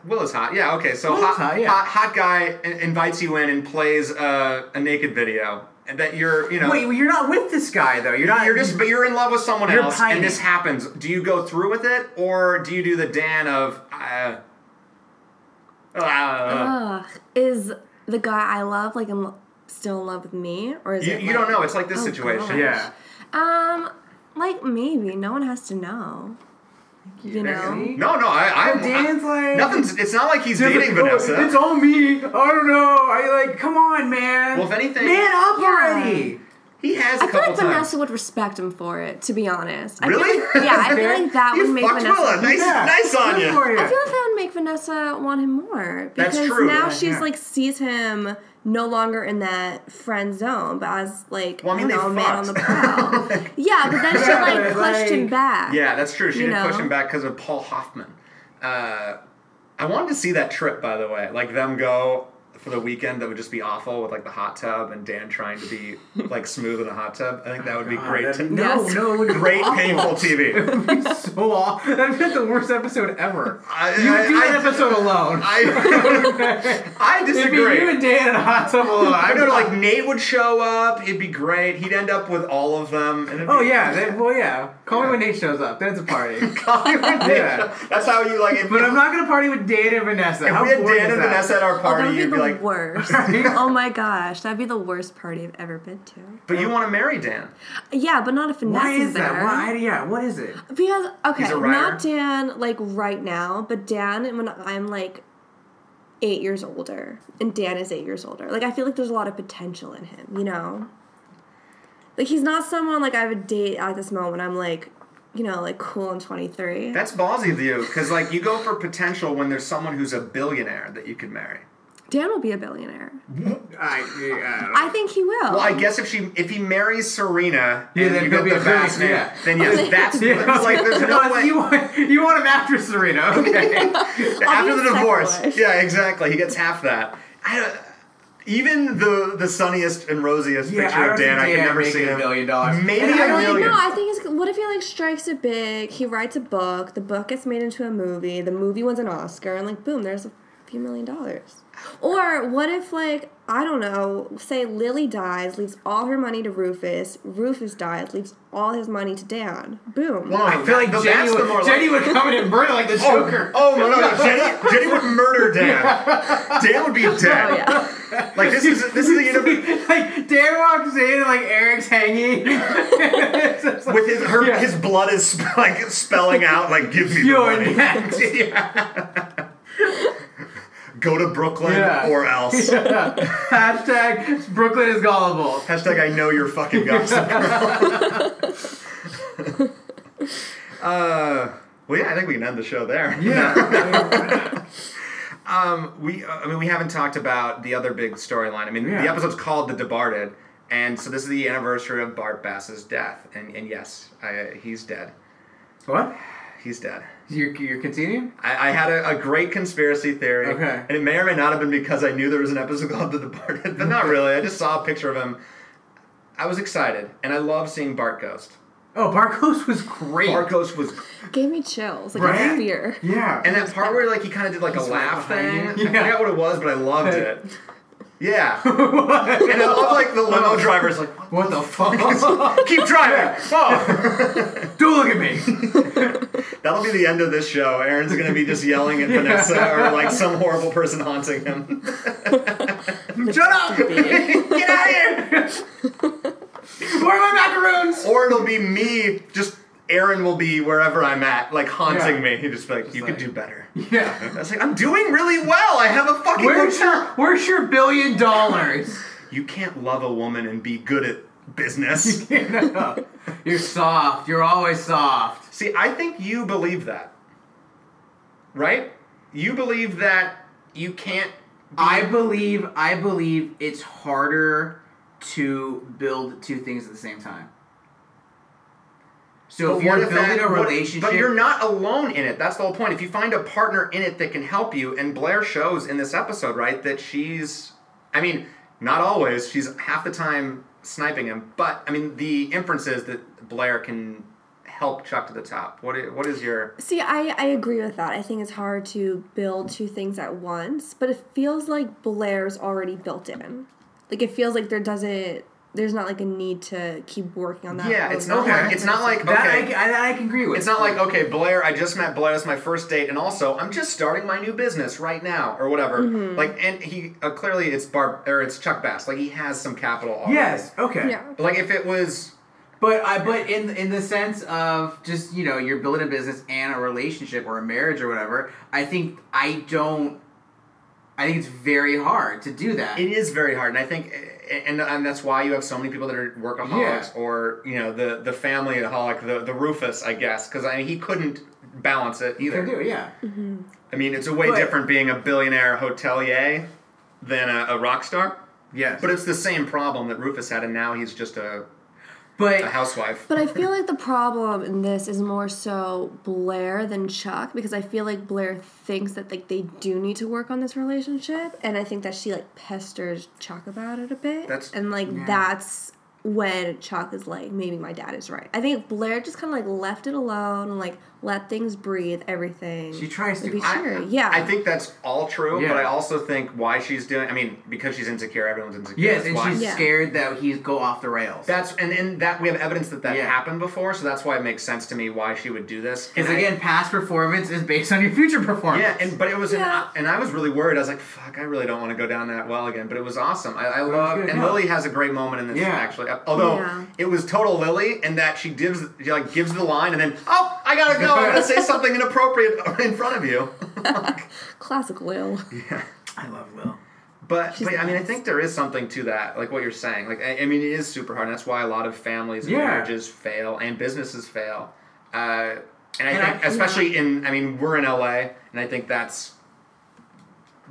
B: Willow's hot, yeah, okay. So hot,
C: Willow's hot,
B: hot,
C: yeah.
B: hot, guy in- invites you in and plays a, a naked video, and that you're, you know,
C: Wait, well, you're not with this guy though. You're not.
B: you're just, but you're in love with someone
C: You're
B: else,
C: pining.
B: and this happens. Do you go through with it, or do you do the Dan of, uh, uh,
D: Ugh. Is the guy I love like in, lo- still in love with me, or is
B: you,
D: it
B: you
D: like-
B: don't know. It's like this
D: Oh,
B: situation.
D: gosh.
C: Yeah.
D: Um, like maybe no one has to know. You know,
C: See?
B: No, no, I, I,
C: But Dan's
B: I
C: like-
B: nothing's. It's not like he's
C: Just
B: dating
C: like, oh,
B: Vanessa.
C: It's all me. I don't know. I like. Come on, man.
B: Well, if anything-
C: man up
D: Yeah.
C: already.
B: he has a
D: I feel
B: couple
D: like
B: times.
D: Vanessa would respect him for it. To be honest, I feel
B: Really?
D: like- yeah, I feel like that
B: you
D: would make
B: fucked
D: Vanessa.
B: Willa. Nice,
C: Yeah.
B: nice on
C: Good
B: you.
C: for you.
D: I feel like that would make Vanessa want him more because
B: That's true.
D: now
B: Yeah,
D: she's
C: yeah.
D: like sees him no longer in that friend zone, but as like
B: Well, I mean,
D: don't know,
B: they
D: man on the
B: fucked.
D: prowl. yeah, but then she like
C: Yeah,
D: pushed him
C: like-
D: back.
B: Yeah, that's true. She
D: You
B: did push
D: know?
B: him back because of Paul Hoffman. Uh, I wanted to see that trip, by the way. Like them go for the weekend that would just be awful with like the hot tub and Dan trying to be like smooth in the hot tub. I think that would be great.
C: That-
B: To-
C: Uh, no,
D: Yes.
C: no, it would Oh, be
B: Great
C: awful.
B: painful TV.
C: so awful. That'd be the worst episode ever.
B: I,
C: You would do
B: I,
C: that episode alone.
B: I, I
C: It'd be
B: disagree. Oh,
C: you and Dan in a hot tub alone.
B: I
C: I'd
B: know,
C: be
B: like Nate would show up. It'd be great. He'd end up with all of them. And it'd
C: Oh
B: be-
C: yeah, that, well yeah. Call me when Nate shows up. That's a party. Yeah.
B: that's how you like. If,
C: but I'm not gonna party with Dan and Vanessa.
B: If
C: How
B: we had
C: boring
B: Dan
C: is
B: and
C: that?
B: Vanessa at our
D: Oh, that
B: party,
D: would be
B: you'd
D: the
B: be like,
D: worst. oh my gosh, that'd be the worst party I've ever been to.
B: "But you want to marry Dan?"
D: Yeah, but not if Vanessa's
C: Why is
D: there.
C: that? Why? Yeah. What is it?
D: Because okay,
B: He's a writer.
D: not Dan like right now, but Dan when I'm like eight years older, and Dan is eight years older. Like I feel like there's a lot of potential in him, you know. Like he's not someone like I would date at this moment. I'm like, you know, like cool and 23.
B: That's ballsy of you, because like you go for potential when there's someone who's a billionaire that you could marry.
D: Dan will be a billionaire.
C: I, I don't know.
D: I think he will.
B: Well, I guess if she if he marries Serena,
C: Yeah,
B: and
C: then
B: you
C: he'll
B: get
C: be
B: the
C: a
B: back
C: billionaire,
B: name,
C: yeah.
B: then yes, that's
C: Yeah,
B: it's like there's no
C: You
B: way.
C: want, you want him after Serena, okay?
B: After the
D: Obvious
B: divorce,
D: sacrifice.
B: yeah, exactly. He gets half that. I don't, even the the sunniest and rosiest
C: Yeah, I
B: picture
C: don't
B: of Dan,
C: think
B: I
C: Dan
B: can never
C: making
B: see
C: a
B: him.
C: billion dollars.
B: Maybe
C: And I
B: a
C: don't
D: I
C: think-
D: don't
B: million.
D: know. I think it's what if he like strikes it big? He writes a book. The book gets made into a movie. The movie wins an Oscar, and like boom, there's a few million dollars. Or what if, like, I don't know, say Lily dies, leaves all her money to Rufus, Rufus dies, leaves all his money to Dan. Boom.
B: Well,
C: I feel like
B: Th-
C: Jenny,
B: that's the
C: would,
B: more
C: Jenny would come in and burn it like the Joker.
B: Oh, no, no, Jenny, Jenny would murder Dan. Dan would be
D: Oh,
B: dead.
D: yeah.
B: Like this is this is a universe
C: like Dan walks in and like Eric's hanging. It's just like,
B: with his her
C: Yeah.
B: his blood is sp- like spelling out like give me the
C: You're
B: money.
C: next.
B: Yeah. Go to Brooklyn
C: Yeah.
B: or else.
C: Hashtag Brooklyn is gullible.
B: Hashtag I know you're fucking gossip Girl. uh, well, yeah, I think we can end the show there. um, we, uh, I mean, we haven't talked about the other big storyline. I mean, the
C: Yeah.
B: episode's called "The Departed," and so this is the anniversary of Bart Bass's death. And and yes, I, he's dead.
C: What?
B: He's dead.
C: You're, you're continuing?
B: I, I had a, a great conspiracy theory,
C: Okay.
B: and it may or may not have been because I knew there was an episode called The Departed, but not really. I just saw a picture of him. I was excited, and I love seeing Bart Ghost.
C: Oh, Barcos was great.
B: Bart Ghost was,
D: Gave me chills, like
C: Right?
D: a fear.
C: Yeah.
B: and that part where like he kind of did like a
C: He's right
B: laugh thing.
C: behind you.
B: I
C: Yeah.
B: forgot what it was, but I loved
C: Hey.
B: it. Yeah, and I love like the limo driver's like,
C: what the fuck?
B: keep driving. Oh,
C: Do look at me.
B: that'll be the end of this show. Aaron's gonna be just yelling at Vanessa or like some horrible person haunting him.
C: Shut up! Get out of here! Where are my macaroons?
B: or it'll be me just Aaron will be wherever I'm at, like haunting me.
C: Yeah.
B: He'd just be like, "You
C: like-
B: could do better." I
C: Yeah.
B: was like, "I'm doing really well. I have a fucking
C: Where's your
B: hotel."
C: Where's your billion dollars?
B: You can't love a woman and be good at business.
C: You're soft. You're always soft.
B: See, I think you believe that, right? You believe that you can't.
C: I believe. I believe it's harder to build two things at the same time. So if
B: what
C: you're building
B: that-
C: a
B: what-
C: relationship,
B: but you're not alone in it. That's the whole point. If you find a partner in it that can help you, and Blair shows in this episode, right, that she's, I mean, not always. She's half the time sniping him, but I mean, the inference is that Blair can help Chuck to the top. What is, what is your?
D: See, I, I agree with that. I think it's hard to build two things at once, but it feels like Blair's already built in. Like it feels like there doesn't there's not like a need to keep working on that.
B: Yeah, it's
D: over
B: not
D: and over
B: like it's not like
D: again.
C: That,
B: okay.
C: I, I, that I can agree with.
B: It's not like, okay, Blair, I just met Blair, it's my first date, and also I'm just starting my new business right now, or whatever.
C: Mm-hmm.
B: Like, and he uh, clearly it's Barb or it's Chuck Bass. Like, he has some capital. Already.
C: Yes. Okay.
D: Yeah.
B: Like, if it was,
C: But I but in in the sense of just you know you're building a business and a relationship or a marriage or whatever. I think I don't. I think it's very hard to do that.
B: it is very hard, and I think, and and that's why you have so many people that are workaholics, or you know, the the family holic, the the Rufus, I guess, because I mean, he couldn't balance it
C: You
B: either.
C: can do it, yeah.
B: I mean, it's a way
C: But-
B: different being a billionaire hotelier than a, a rock star,
C: Yes.
B: but it's the same problem that Rufus had, and now he's just a,
C: But
B: a housewife.
D: But I feel like the problem in this is more so Blair than Chuck because I feel like Blair thinks that like they do need to work on this relationship and I think that she like pesters Chuck about it a bit.
B: That's-
D: and like that's when Chuck is like maybe my dad is right. I think Blair just kind of like left it alone and like let things breathe everything.
C: She tries
D: would
C: to-
D: be
C: I-
D: sure. yeah.
B: I think that's all true, but
C: Yeah.
B: I also think why she's doing. I mean, because she's insecure, everyone's insecure.
C: yes,
B: that's
C: and
B: why.
C: she's
D: Yeah.
C: scared that he's go off the rails.
B: That's and and that we have evidence that that
C: Yeah.
B: happened before, so that's why it makes sense to me why she would do this.
C: Because
B: And I-
C: again, past performance is based on your future performance.
B: yeah, and but it was
D: Yeah.
B: an, and I was really worried. I was like, "Fuck, I really don't want to go down that well again." But it was awesome. I, I love
C: good,
B: and
C: yeah.
B: Lily has a great moment in this
C: Yeah.
B: actually. Although
D: Yeah.
B: it was total Lily, and that she gives she like gives the line, and then oh, I gotta go. I'm gonna say something inappropriate in front of you.
D: classic Will.
C: I love Will.
B: But,
D: She's
B: but I mean, I
D: nice.
B: think there is something to that, like what you're saying. Like, I, I mean, it is super hard. And that's why a lot of families and
C: Yeah.
B: marriages fail and businesses fail. Uh, and I
C: And I-
B: think, especially in, I mean, we're in LA, and I think that's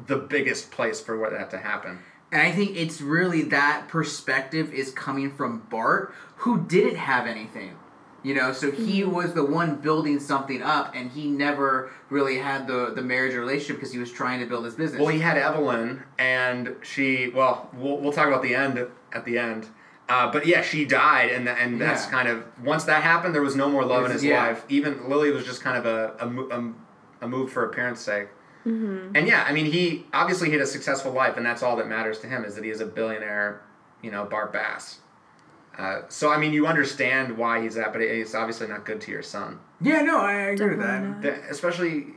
B: the biggest place for where that to happen.
C: And I think it's really that perspective is coming from Bart, who didn't have anything. You know, so he was the one building something up, and he never really had the, the marriage or relationship because he was trying to build his business.
B: Well, he had Evelyn, and she, well, we'll, we'll talk about the end at the end. Uh, but yeah, she died, and tha- and that's
C: Yeah.
B: kind of once that happened, there was no more love in his
C: Yeah.
B: life. Even Lily was just kind of a a, mo- a, a move for appearance sake. And yeah, I mean, he obviously he had a successful life, and that's all that matters to him is that he is a billionaire, you know, Bart Bass. Uh, so I mean, you understand why he's that, but it- it's obviously not good to your son,
F: Yeah, no, I I agree with that.
D: Definitely
B: The- especially.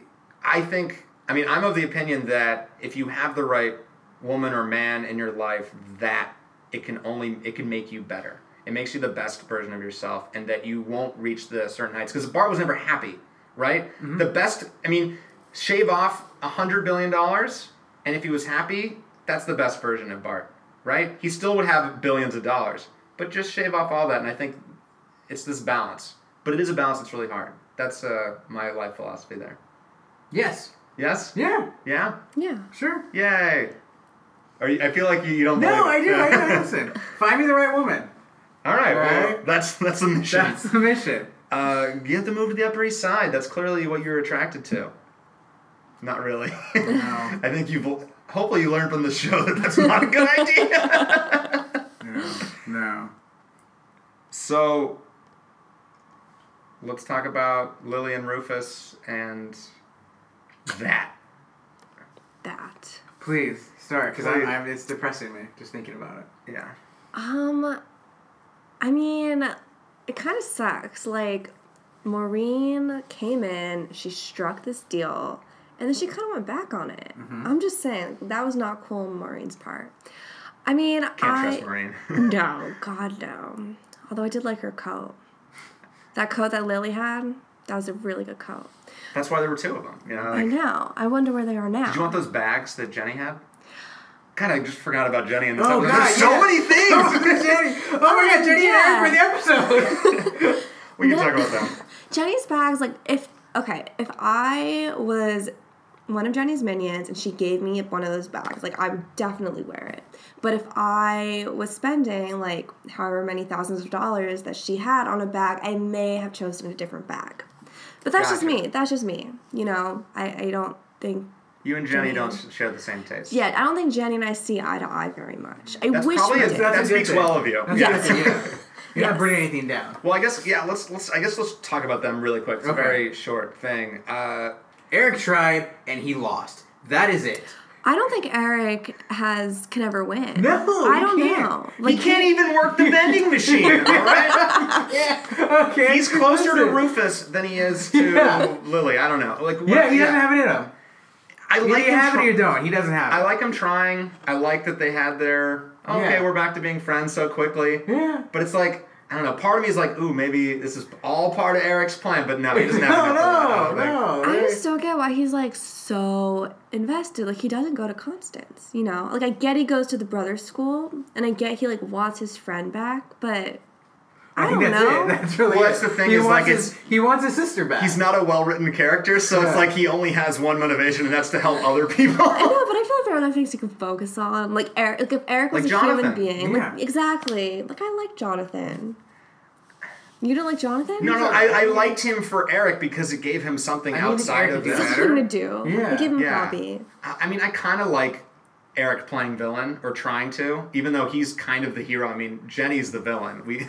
B: I think. I mean, I'm of the opinion that if you have the right woman or man in your life, that it can only it can make you better. It makes you the best version of yourself, and that you won't reach the certain heights because Bart was never happy, right? The best. I mean, shave off a hundred billion dollars, and if he was happy, that's the best version of Bart, right? He still would have billions of dollars, but just shave off all that, and I think it's this balance. But it is a balance that's really hard. That's uh, my life philosophy there.
C: Yes.
B: Yes?
C: Yeah.
B: Yeah?
D: Yeah.
C: Sure.
B: Yay! Are you, I feel like you, you don't
C: No, I
B: believe it.
C: do. I do. Listen, find me the right woman.
B: All right, well,
C: Right?
B: that's, that's the mission.
C: That's the mission.
B: Uh, you have to move to the Upper East Side. That's clearly what you're attracted to. Not really.
C: No.
B: I think you've. Hopefully, you learned from the show that that's not a good idea.
C: No. No.
B: so, let's talk about Lily and Rufus and that.
D: That.
C: Please start, because
B: Please.
C: I'm, I'm. It's depressing me just thinking about it.
B: Yeah.
D: Um, I mean, it kind of sucks. Like, Maureen came in, she struck this deal, and then she kind of went back on it.
B: Mm-hmm.
D: I'm just saying, that was not cool on Maureen's part. I mean,
B: Can't
D: I.
B: trust Maureen.
D: No, God, no. Although I did like her coat. That coat that Lily had, that was a really good coat.
B: That's why there were two of them. You know,
D: I
B: like,
D: know. I wonder where they are now.
B: did you want those bags that Jenny had? God, I just forgot about Jenny and this
C: Oh,
B: episode.
C: God,
B: There's so
C: yeah.
B: many things.
C: Jenny. Oh my God, Jenny
D: Yeah.
C: and Eric for the episode.
B: we can talk about them.
D: Jenny's bags, like if okay, if I was one of Jenny's minions and she gave me one of those bags, like I would definitely wear it. But if I was spending like however many thousands of dollars that she had on a bag, I may have chosen a different bag. But that's just
B: Gotcha.
D: me. That's just me. You know, I, I don't think
B: You and Jenny
D: Jenny.
B: don't share the same taste.
D: yeah, I don't think Jenny and I see eye to eye very much. I
B: That's
D: wish we
B: probably a,
C: That's
D: did.
B: that
C: a good
B: speaks
C: thing.
B: well of you.
C: That's
B: Yeah.
C: good, yeah. You're
D: Yes.
C: not bringing anything down.
B: Well, I guess yeah. Let's let's. I guess let's talk about them really quick. It's
C: Okay.
B: a very short thing. Uh,
C: Eric tried and he lost. That is it.
D: I don't think Eric has can ever win.
C: No,
D: I
C: he
D: don't
C: can't.
D: know.
B: he can't even work the vending machine. All right,
C: Yeah. Okay.
B: he's closer to
C: Listen.
B: Rufus than he is to
C: Yeah.
B: Lily. I don't know. Like what,
C: Yeah, he doesn't have it in him.
B: I
C: Either
B: like
C: you
B: him
C: have it or
B: try-
C: you don't. He doesn't have it.
B: I like him trying. I like that they had their okay.
C: Yeah.
B: We're back to being friends so quickly.
C: Yeah.
B: But it's like I don't know. Part of me is like, ooh, maybe this is all part of Eric's plan. But no, he doesn't have
C: No,
B: enough of that, I
C: no,
B: don't think.
C: no.
D: I just don't get why he's like so invested. Like he doesn't go to Constance, you know. Like I get he goes to the brother's school, and I get he like wants his friend back, but I,
C: think
D: don't
C: that's
D: know.
C: it. That's really
B: Well, that's
C: it.
B: the thing
C: He
B: is,
C: wants
B: like,
C: his,
B: it's-
C: he wants his sister back.
B: He's not a well-written character, so it's
C: Yeah.
B: like he only has one motivation, and that's to help other people.
D: I know, but I feel like there are other things you can focus on. Like Eric, like if Eric was
B: Like
D: a human
B: Jonathan.
D: being,
C: Yeah.
D: like exactly. Like I like Jonathan. You don't like Jonathan?
B: No, no, I, I liked him for Eric because it gave him something
C: I don't think
B: outside
C: Eric
B: of this.
C: is a
D: It's
C: better.
D: something to do.
C: Yeah.
D: Like, give him
B: Yeah.
D: a hobby.
B: I I mean, I kind of like Eric playing villain or trying to, even though he's kind of the hero. I mean, Jenny's the villain. We,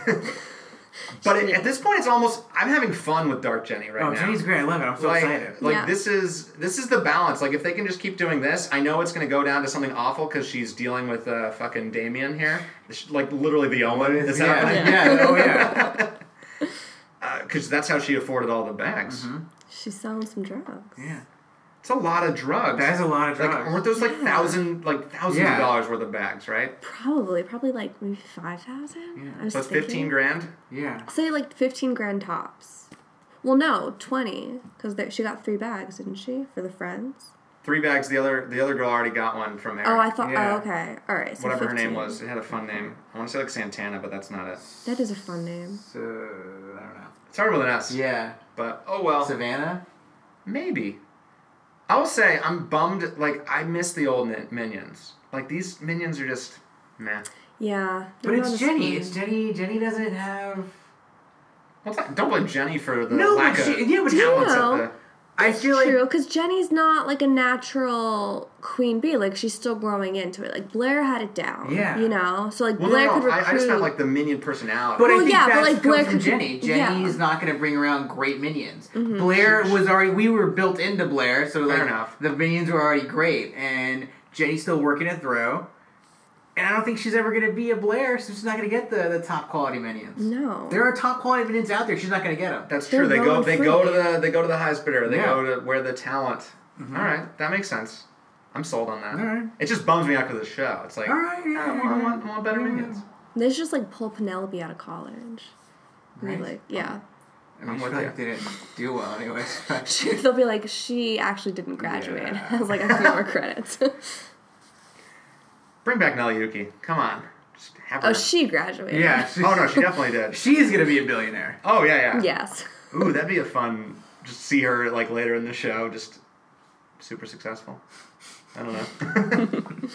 B: but it, at this point, it's almost I'm having fun with Dark Jenny right
C: oh,
B: now.
C: Jenny's great. I love it. I'm so excited.
B: like, like
D: Yeah.
B: this is this is the balance. Like, if they can just keep doing this, I know it's going to go down to something awful because she's dealing with uh, fucking Damien here. Like, literally, the Owen is
C: yeah,
B: happening.
C: yeah, oh yeah.
B: because that's how she afforded all the bags.
C: Mm-hmm.
D: She's selling some drugs.
C: yeah.
B: It's a lot of drugs.
C: That is a lot of
B: like,
C: drugs.
B: weren't those like thousand, like thousands
C: Yeah.
B: of dollars worth of bags, right?
D: Probably, probably like maybe five thousand.
C: Yeah.
D: I was
B: That's
D: thinking.
B: fifteen grand.
C: yeah.
D: Say like fifteen grand tops. Well, no, twenty, because she got three bags, didn't she, for the friends?
B: Three bags. The other, the other girl already got one from Eric.
D: Oh, I thought.
C: yeah.
D: Oh, okay. All right. So
B: Whatever
D: 15.
B: her name was, it had a fun name. I want to say like Santana, but that's not it.
D: That is a fun name.
C: So, I don't know.
B: It's harder with an S.
C: Yeah.
B: But oh well.
C: Savannah?
B: Maybe. I'll say I'm bummed. Like I miss the old min- minions. Like these minions are just meh.
D: Yeah.
C: But
D: they're
C: it's
D: not as
C: Jenny.
D: fun.
C: It's Jenny. Jenny doesn't have.
B: Well, it's not- don't blame Jenny for the
C: No, but
B: lack
C: she-
B: of
C: yeah, but she-
B: talents at
D: No.
B: the-
C: I
D: It's
C: feel like
D: true because Jenny's not like a natural queen bee. Like she's still growing into it. Like Blair had it down.
C: Yeah.
D: you know. So like
B: Well,
D: Blair
B: no,
D: could
B: no, I,
D: recruit.
B: I just meant like the minion personality.
C: But I
D: Well,
C: think
D: yeah, but,
C: that's
D: like,
C: comes
D: Blair
C: from
D: could-
C: Jenny.
D: yeah. Mm-hmm.
C: Jenny's not going to bring around great minions. Blair was already. We were built into Blair, so
B: Fair
C: like
B: enough.
C: the minions were already great, and Jenny's still working at Throw. And I don't think she's ever going to be a Blair, so she's not going to get the, the top quality minions.
D: no.
C: There are top quality minions out there. She's not going to get them.
B: That's
D: They're
B: true. They go.
D: rolling
B: They
D: free.
B: go to the. They go to the highest bidder. They
C: Yeah. Mm-hmm.
B: go to where the talent. All right, that makes sense. I'm sold on that.
C: All right.
B: It just bums me out for the show. It's like,
C: All right, yeah,
B: I, want, I want, I want better minions.
D: They should just like pull Penelope out of college. And be
C: Right.
D: Like yeah,
C: I mean,
B: I'm
C: she
B: with
C: probably
B: you.
C: didn't do well anyways.
D: they'll be like she actually didn't graduate.
C: Yeah.
D: I was like a few more credits.
B: Bring back Yuki. Come on. Just have her.
D: oh, she graduated.
C: yeah. She,
B: oh no, she definitely did.
C: She's going to be a billionaire.
B: Oh yeah, yeah.
D: Yes.
B: Ooh, that'd be a fun. Just see her like later in the show, just super successful. I don't know.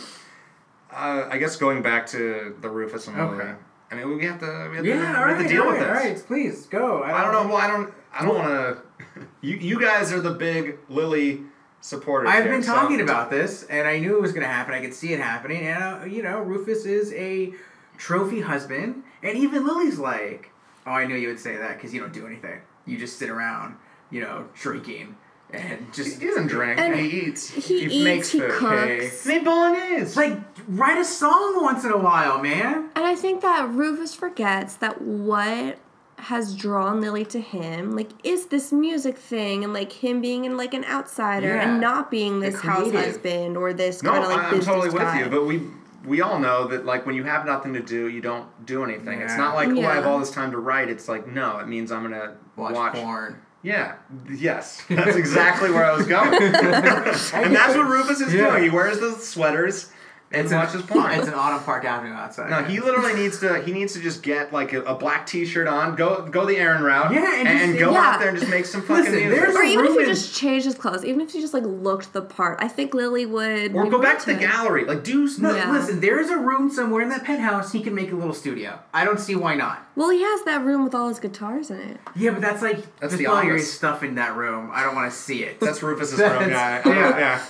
B: uh, I guess going back to the Rufus and Lily.
C: Okay.
B: I mean, we have to. We have to,
C: Yeah, all
B: we
C: right.
B: have to deal
C: all
B: with
C: right,
B: this.
C: All right, please go.
B: I don't know. Well, I don't. I don't want to. You you guys are the big Lily supporters.
C: I've
B: here,
C: been
B: so-
C: talking about this, and I knew it was going to happen. I could see it happening, and uh, you know, Rufus is a trophy husband, and even Lily's like, "Oh, I knew you would say that because you don't do anything. You just sit around, you know, drinking and just
B: He doesn't drink.
D: And
B: he eats.
D: he eats,
B: makes
D: he
B: food.
D: cooks.
B: Made bolognese.
C: like write a song once in a while, man."
D: And I think that Rufus forgets that what has drawn Lily to him, like, is this music thing and like him being in like an outsider
C: Yeah.
D: and not being
C: The
D: this house
C: creative.
D: husband or this
B: no,
D: kind of like
B: I, am
D: business
B: totally with
D: guy.
B: you. But we we all know that like when you have nothing to do, you don't do anything. It's
C: Yeah.
B: not like oh, I have
D: Yeah.
B: all this time to write. It's like no, it means I'm gonna
C: Watch,
B: watch.
C: porn.
B: Yeah. Yes. That's exactly where I was going. and that's what Rufus is
C: Yeah.
B: doing. He wears the sweaters and
C: It's an,
B: watches porn.
C: It's an Autumn Park Avenue outside.
B: No, he literally needs to. He needs to just get like a, a black T-shirt on, go go the errand route,
C: Yeah, and just-
B: go
D: yeah.
B: out there and just make some fucking
C: Listen,
B: music.
C: there's
D: Or even if he
C: Reuben-
D: just changed his clothes, even if he just like looked the part, I think Lily would.
B: or
D: be
B: go back to the
D: willing
B: gallery. Like do s-
C: No,
D: Yeah.
C: listen. There is a room somewhere in that penthouse. He can make a little studio. I don't see why not.
D: Well, he has that room with all his guitars in it.
C: Yeah, but that's like
B: That's
C: there's
B: the
C: probably
B: office.
C: already stuff in that room. I don't want to see it.
B: That's Rufus's
C: That's-
B: room guy.
C: yeah,
B: Yeah,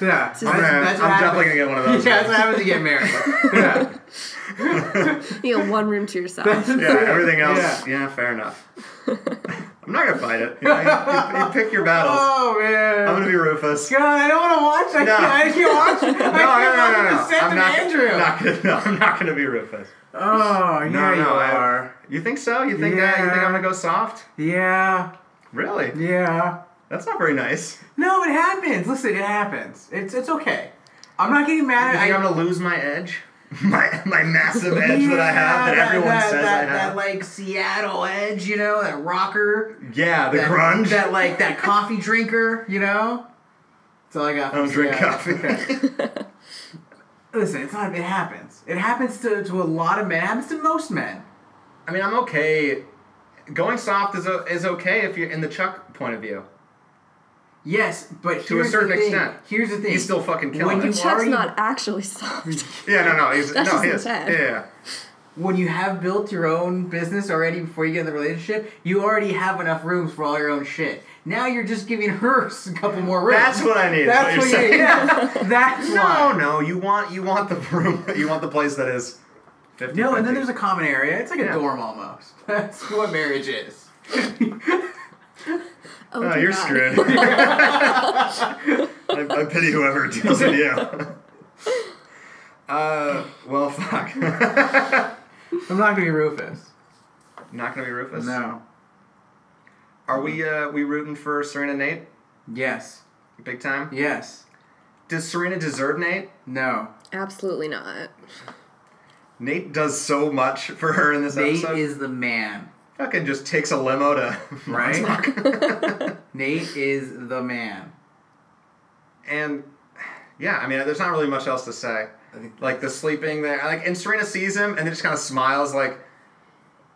C: yeah.
B: yeah.
C: That's,
B: I'm, gonna-
C: that's what
B: I'm definitely
C: happens.
B: gonna get one of those.
C: Yeah, that's what happens to get married. Yeah.
D: You know, one room to yourself.
B: yeah, everything else.
C: Yeah.
B: Yeah, fair enough. I'm not gonna fight it. You, know, you- you- you pick your battles.
C: Oh man.
B: I'm gonna be Rufus.
C: God, I don't want to watch. I
B: No.
C: can't. I can't watch.
B: No,
C: I
B: no,
C: can't
B: no, no,
C: watch
B: no.
C: the Seth
B: I'm
C: and
B: not,
C: Andrew.
B: not gonna, no, I'm not gonna be Rufus.
C: oh, yeah,
B: No,
C: you
B: no, I-
C: are.
B: You think so? You think uh, you think
C: Yeah.
B: I'm gonna go soft?
C: Yeah,
B: Really?
C: yeah.
B: That's not very nice.
C: No, it happens. Listen, it happens. It's it's okay. I'm not getting
B: You
C: mad.
B: think I,
C: at
B: am
C: I,
B: gonna lose my edge? My my massive edge that I have that
C: Yeah,
B: everyone
C: that,
B: says
C: that,
B: I
C: That
B: have.
C: like Seattle edge, you know, that rocker.
B: yeah, the
C: that,
B: grunge.
C: That like that coffee drinker, you know? That's all I got.
B: I don't drink coffee.
C: Listen, it's not. It happens. It happens to, to a lot of men. It happens to most men.
B: I mean, I'm okay. Going soft is o is okay if you're in the Chuck point of view.
C: Yes, but
B: To a
C: here's the
B: certain
C: thing.
B: extent.
C: He's here's the thing.
B: He's still fucking killing
C: when
B: it.
C: you
D: Chuck's
C: already-
D: not actually soft.
B: Yeah, no, no, he's
D: That's
B: no,
D: just
B: he
D: his
B: is.
D: head.
B: Yeah, yeah.
C: when you have built your own business already before you get in the relationship, you already have enough rooms for all your own shit. Now you're just giving her a couple more rooms.
B: That's what I need. is
C: That's
B: what you're
C: you
B: saying.
C: yeah. That's
B: No,
C: why.
B: no, you want you want the room, you want the place that is. 50,
C: No, and then there's a common area. It's like
B: Yeah.
C: a dorm almost. That's what marriage is.
D: Oh,
B: Oh,
D: dear
B: you're
D: God.
B: screwed. I, I pity whoever deals with you. Uh, well, fuck.
C: I'm not gonna be Rufus.
B: Not gonna be Rufus.
C: No.
B: Are we uh we rooting for Serena Nate
C: Yes.
B: big time?
C: Yes.
B: Does Serena deserve Nate?
C: No.
D: Absolutely not.
B: Nate does so much for her in this
C: Nate
B: episode.
C: is the man.
B: Fucking just takes a limo to
C: Right?
B: Montauk.
C: Nate is the man.
B: and yeah, I mean, there's not really much else to say. Like the sleeping there, like and Serena sees him and then just kind of smiles. Like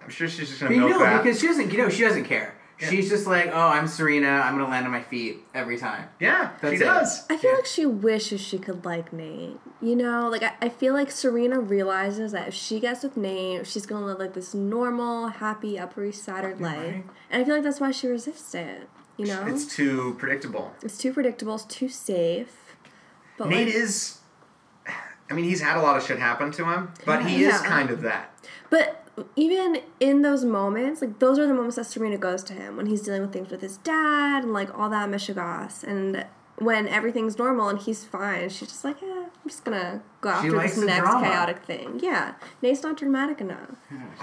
B: I'm sure she's just gonna
C: You
B: milk
C: know,
B: that.
C: because she doesn't. You know, she doesn't care. She's just like, oh, I'm Serena. I'm gonna land on my feet every time.
B: yeah,
C: That's
B: she
C: it.
B: does.
D: I feel
C: Yeah.
D: like she wishes she could like Nate. You know, like I, I feel like Serena realizes that if she gets with Nate, she's gonna live like this normal, happy Upper East Sider life. And I feel like that's why she resists it. You You know,
B: It's
D: it's,
B: too predictable.
D: too predictable. It's too safe. But
B: Nate
D: like,
B: is. I mean, he's had a lot of shit happen to him, but he is
D: Yeah.
B: kind of that.
D: But even in those moments, like those are the moments that Serena goes to him when he's dealing with things with his dad and like all that mishigas and when everything's normal and he's fine, she's just like, yeah, I'm just gonna go after
C: likes
D: this
C: the
D: next
C: drama.
D: chaotic thing. Yeah, Nate's not dramatic enough.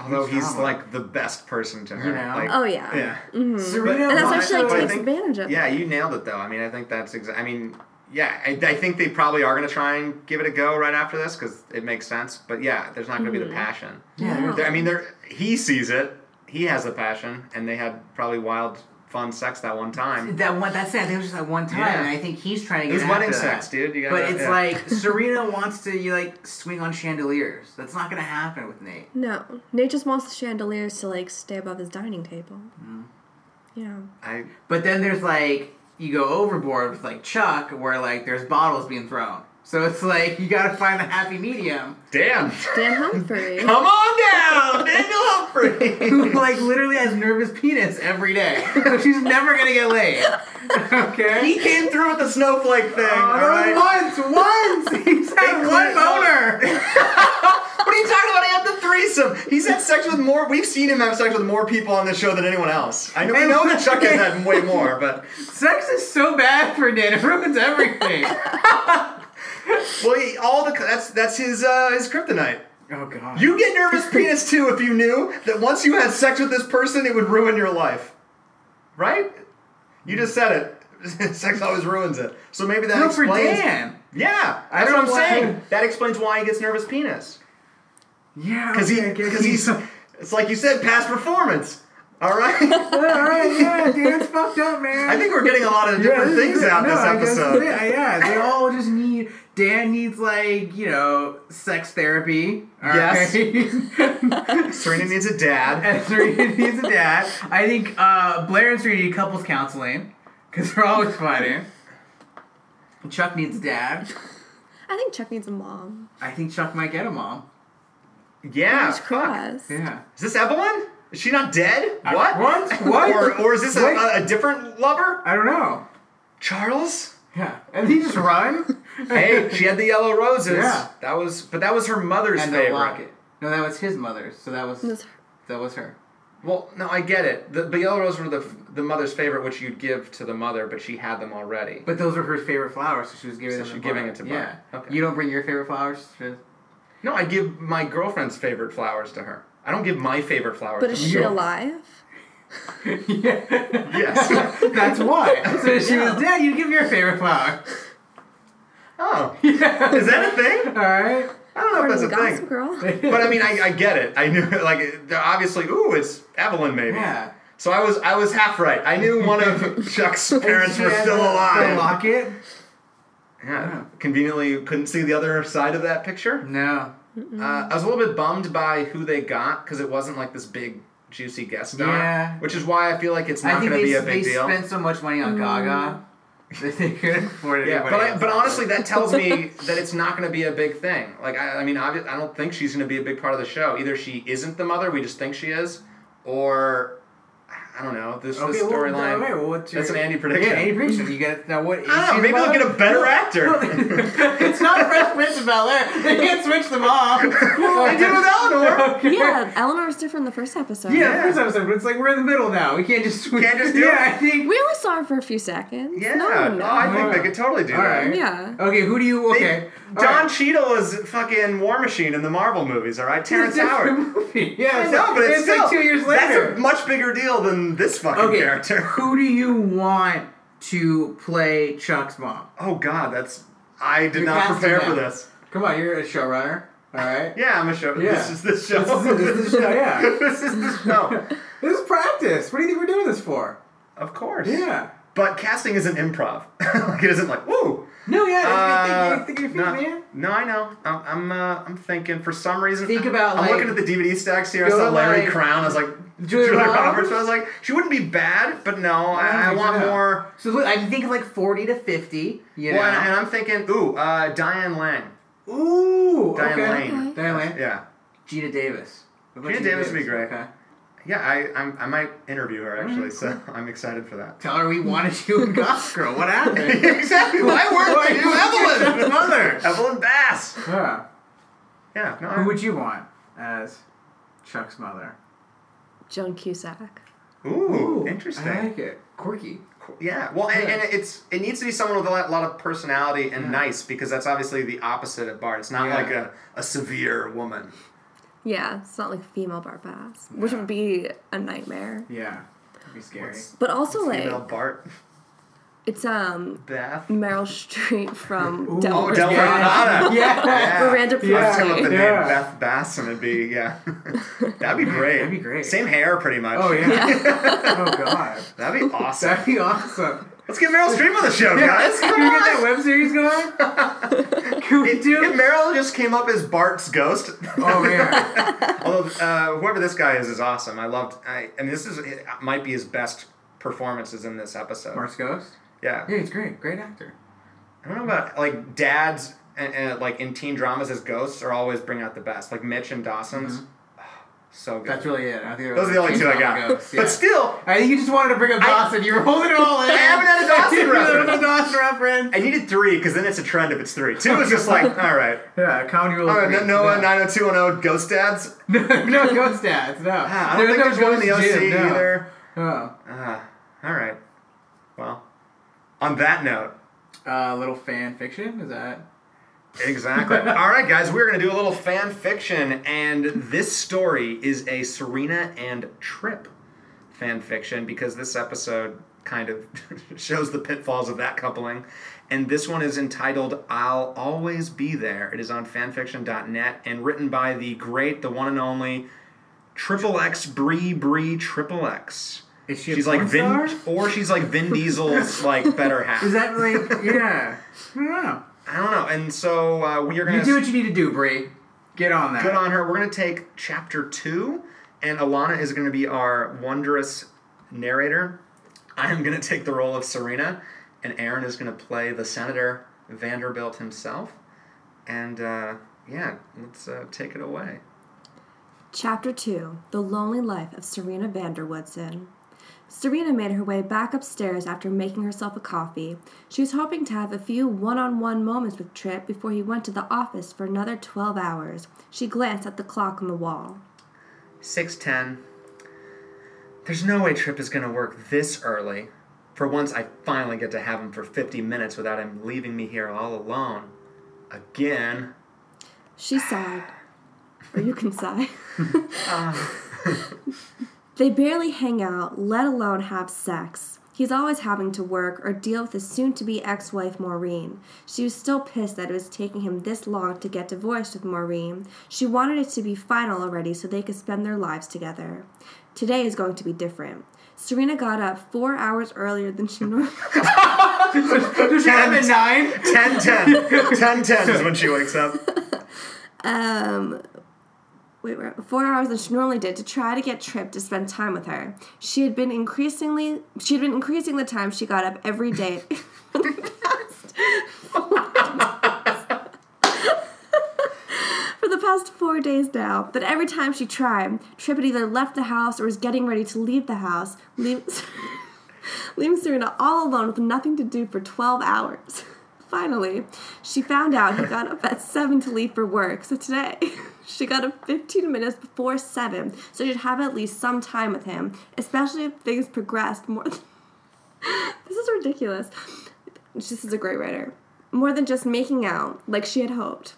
B: Although he's
C: drama.
B: like the best person to her.
C: You know?
B: Like,
D: Oh yeah,
B: Yeah.
C: Serena
D: and that's why
C: wants
D: she like
C: to-
B: I
D: takes
B: think-
D: advantage of.
B: Yeah,
D: it.
B: you nailed it though. I mean, I think that's exa- I mean, yeah, I, I think they probably are going to try and give it a go right after this because it makes sense. But yeah, there's not going to
D: Mm-hmm.
B: be the passion.
C: Yeah.
B: There- I mean, there he sees it. He has the passion, and they had probably wild, fun sex that one time.
C: That one, that's it. I think it was just that one time,
B: Yeah.
C: and I think he's trying to
B: It
C: get
B: was
C: after
B: wedding
C: that.
B: sex, dude. You gotta-
C: but it's
B: yeah.
C: like Serena wants to you like swing on chandeliers. That's not gonna happen with Nate.
D: No, Nate just wants the chandeliers to like stay above his dining table.
C: Mm.
D: Yeah,
B: I
C: But then there's like you go overboard with like Chuck, where like there's bottles being thrown. So it's like you gotta find the happy medium.
B: damn.
D: Dan Humphrey.
B: Come on down, Daniel Humphrey.
C: Who like literally has nervous penis every day. So she's never gonna get laid. Okay.
B: he came through with the snowflake thing.
C: Oh,
B: all right?
C: Once, once he's had
B: They
C: one
B: cleared up.
C: boner.
B: What are you talking about? He had the threesome. He's had sex with more. We've seen him have sex with more people on this show than anyone else. I know, I know that Chuck has had way more, but
C: Sex is so bad for Dan. It ruins everything.
B: well, he, all the that's that's his uh, his kryptonite.
C: oh god.
B: You get nervous penis too if you knew that once you had sex with this person, it would ruin your life. Right? You just said it. sex always ruins it. So maybe that
C: no for
B: explains.
C: Dan.
B: Yeah,
C: I
B: that's what
C: don't
B: I'm
C: know why-
B: saying. That explains why he gets nervous penis.
C: Yeah.
B: Because he,
C: okay, I guess
B: because he's, it's like you said, past performance. All right.
C: Yeah, all right, yeah, dude, it's fucked up, man.
B: I think we're getting a lot of
C: Yeah,
B: different
C: this is
B: things
C: it.
B: out
C: No,
B: this
C: I guess
B: episode.
C: they- yeah, they all just need. Dan needs like you know sex therapy. all
B: Yes.
C: right?
B: Serena needs a dad.
C: and Serena needs a dad. I think uh, Blair and Serena need couples counseling because they're always fighting. Chuck needs a dad.
D: I think Chuck needs a mom.
C: I think Chuck might get a mom.
B: Yeah.
D: He's cross.
C: Ah, Yeah.
B: Is this Evelyn? Is she not dead? What?
C: what? What?
B: Or, or is this a,
C: Wait.
B: a, a different lover?
C: I don't know.
B: Charles?
C: Yeah. And he just run.
B: Hey, she had the yellow roses.
C: Yeah.
B: That was, but that was her mother's
C: and the
B: favorite.
C: locket. No, that was his mother's. So that was
D: That's-
C: that was her.
B: Well, no, I get it. The, the yellow roses were the the mother's favorite, which you'd give to the mother, but she had them already.
C: But those were her favorite flowers, so she was giving
B: So
C: them.
B: she
C: to
B: giving
C: Bart.
B: it to
C: Yeah.
B: Bart. Okay.
C: You don't bring your favorite flowers. to-
B: No, I give my girlfriend's favorite flowers to her. I don't give my favorite flowers.
D: But
B: to
D: is
B: her.
D: she alive?
C: yeah.
B: Yes.
C: That's why. So if she was dead, you give your favorite flower.
B: oh, is that a thing?
C: All right.
B: I don't know if that's a
D: Gossip
B: thing.
D: Girl.
B: But I mean, I, I get it. I knew, like, they're obviously, ooh, it's Evelyn, maybe.
C: Yeah.
B: So I was, I was half right. I knew one of Chuck's parents
C: She
B: were
C: had
B: still
C: the- The
B: alive.
C: locket.
B: Yeah. Conveniently, couldn't see the other side of that picture.
C: No.
B: Uh, I was a little bit bummed by who they got because it wasn't like this big juicy guest star.
C: Yeah.
B: Which is why I feel like it's
C: I
B: not
C: think
B: going to
C: they,
B: be a
C: they
B: big deal. Mm.
C: spent so much money on Gaga that they couldn't afford
B: Yeah,
C: anybody
B: but I,
C: else.
B: but honestly, that tells me that it's not going to be a big thing. Like I, I mean, obvi- I don't think she's going to be a big part of the show. Either she isn't the mother, we just think she is, or I don't know. This
C: Okay,
B: this
C: well,
B: storyline.
C: all right, well, what's your-
B: that's an Andy prediction.
C: Yeah, Andy prediction. You got now what?
B: I don't know. Maybe they'll get a better actor.
C: it's not Fresh Prince of Bel Air. They can't switch them off.
B: I did with Eleanor.
C: Okay.
D: Yeah, Eleanor was different the first episode.
C: Yeah, the first episode, but it's like we're in the middle now. We can't just switch.
B: Can't just do
C: yeah,
B: it?
C: I think.
D: We only saw her for a few seconds.
B: Yeah. Oh,
D: No, one
B: no, I
D: knows.
B: think they could totally do
C: All
B: that.
C: right.
D: Yeah.
C: Okay, who do you? Okay,
B: Don Cheadle is fucking War Machine in the Marvel movies. All right, Terrence Howard.
C: Movie. Yeah,
B: I
C: it's
B: know,
C: like-
B: but it's,
C: like
B: still-
C: two years
B: That's
C: later.
B: a much bigger deal than this fucking
C: okay,
B: character.
C: who do you want to play Chuck's mom?
B: Oh God, that's I did
C: You're
B: not
C: casting
B: prepare for
C: now.
B: this.
C: Come on, you're a showrunner. All right.
B: Yeah, I'm a show.
C: Yeah.
B: This is the show.
C: This is, this is the show. Yeah.
B: This is the show.
C: This is practice. What do you think we're doing this for?
B: Of course.
C: Yeah.
B: But casting isn't improv. like it isn't like woo.
C: No, yeah.
B: Uh,
C: it's good thinking,
B: no,
C: your feet, man.
B: no, I know. I'm I'm, uh, I'm thinking for some reason.
C: Think about,
B: I'm
C: like-
B: looking at the DVD stacks here. I
C: Go
B: saw
C: to,
B: Larry
C: like,
B: Crown. I was like
C: Julia
B: Julia,
C: Roberts?
B: Roberts. But I was like, she wouldn't be bad, but no, I, I want
C: Yeah.
B: more.
C: So look, I can think of like forty to fifty. You know.
B: Well, and, and I'm thinking, ooh, uh, Diane Lang.
C: Ooh.
B: Diane
C: okay.
B: Lane.
C: Diane Lane.
B: Yeah.
C: Gina Davis. What about
B: Gina Davis would be great.
C: Okay.
B: yeah, I I'm, I might interview
C: Mm-hmm.
B: her actually, so I'm excited for that.
C: Tell her we wanted you in Gossip Girl. What happened?
B: exactly. Why weren't you Evelyn?
C: mother.
B: Evelyn Bass.
C: Huh.
B: Yeah. No.
C: Who
B: I,
C: would you want as Chuck's mother?
D: Joan Cusack.
B: ooh, interesting.
C: I like it. Quirky.
B: Yeah. Well, and,
C: Yeah.
B: and it's it needs to be someone with a lot, lot of personality and
C: Yeah.
B: nice because that's obviously the opposite of Bart. It's not
C: Yeah.
B: like a, a severe woman.
D: Yeah, it's not like female Bart Bass, which would be a nightmare.
C: Yeah. That'd be scary.
B: What's-
D: But also like
B: Female Bart
D: it's um
B: Beth.
D: Meryl Streep from
C: Ooh.
D: Devil
C: Oh,
D: Wears
B: Del
C: yeah.
B: Vergnata.
C: Yeah.
B: Yeah.
D: Miranda
C: Yeah.
B: Come up
D: Priestley.
B: with the
C: Yeah.
B: name Beth Bass and it'd be yeah. That'd be great.
C: That'd be great.
B: Same hair, pretty much.
C: Oh yeah. oh god.
B: That'd be awesome.
C: That'd be awesome.
B: Let's get Meryl Streep on the show, guys.
C: Can
B: Come
C: we get that
B: on.
C: web series going? Can we
B: If
C: do?
B: if Meryl just came up as Bart's ghost,
C: Oh man.
B: Although uh, whoever this guy is is awesome. I loved. I and this is it might be his best performances in this episode.
C: Mars Ghost.
B: Yeah.
C: Yeah, he's great. Great actor.
B: I don't know about like dads and, and like in teen dramas as ghosts are always bring out the best. Like Mitch and Dawson's, so good.
C: Mm-hmm. That's really it. I think it
B: Those are
C: was
B: the only two I
C: Teen Drama
B: got.
C: Ghost, yeah.
B: But still,
C: I think you just wanted to bring up Dawson. You were holding it all in.
B: I haven't had a Dawson
C: You haven't had
B: reference.
C: a Dawson reference.
B: I needed three because then it's a trend if it's three. Two is just like all right.
C: Yeah, comedy rule.
B: All right,
C: three.
B: Oh, no, no,
C: Yeah.
B: nine hundred two one zero ghost dads.
C: no, no ghost dads. No,
B: Ah, I don't think there's one in the OC
C: ghost gym, no. Oh.
B: either.
C: No.
B: Ah, all right. Well, on that note.
C: Uh, little fan fiction is that?
B: Exactly. All right, guys, we're going to do a little fan fiction, and this story is a Serena and Trip fan fiction because this episode kind of shows the pitfalls of that coupling. And this one is entitled I'll Always Be There. It is on fanfiction.net and written by the great, the one and only Triple X Bree Bree Triple X.
C: Is she?
B: She's
C: a
B: like
C: porn
B: Vin,
C: star?
B: or she's like Vin Diesel's like better half.
C: Is that like yeah? I don't know.
B: I don't know. And so uh, we are gonna
C: You do what you need to do, Brie. Get on that.
B: good on her. We're going to take chapter two, and Alana is going to be our wondrous narrator. I am going to take the role of Serena, and Aaron is going to play the Senator Vanderbilt himself. And uh, yeah, let's uh, take it away.
D: Chapter 2 The Lonely Life of Serena Vanderwoodson. Serena made her way back upstairs after making herself a coffee. She was hoping to have a few one on one moments with Tripp before he went to the office for another 12 hours. She glanced at the clock on the wall.
B: 610. There's no way Trip is going to work this early. For once, I finally get to have him for 50 minutes without him leaving me here all alone. Again.
D: She sighed. Or you can sigh. they barely hang out, let alone have sex. He's always having to work or deal with his soon to be ex wife Maureen. She was still pissed that it was taking him this long to get divorced with Maureen. She wanted it to be final already so they could spend their lives together. Today is going to be different. Serena got up four hours earlier than she normally
C: Does she have a nine?
B: 10 10. 10 10 is when she wakes up.
D: um, wait, where- four hours than she normally did to try to get Trip to spend time with her. She had been increasingly, she had been increasing the time she got up every day. For the past four days now, but every time she tried, Trip had either left the house or was getting ready to leave the house, leave, leaving Serena all alone with nothing to do for 12 hours. Finally, she found out he got up at 7 to leave for work, so today she got up 15 minutes before 7, so she'd have at least some time with him, especially if things progressed more than. this is ridiculous. This is a great writer. More than just making out, like she had hoped.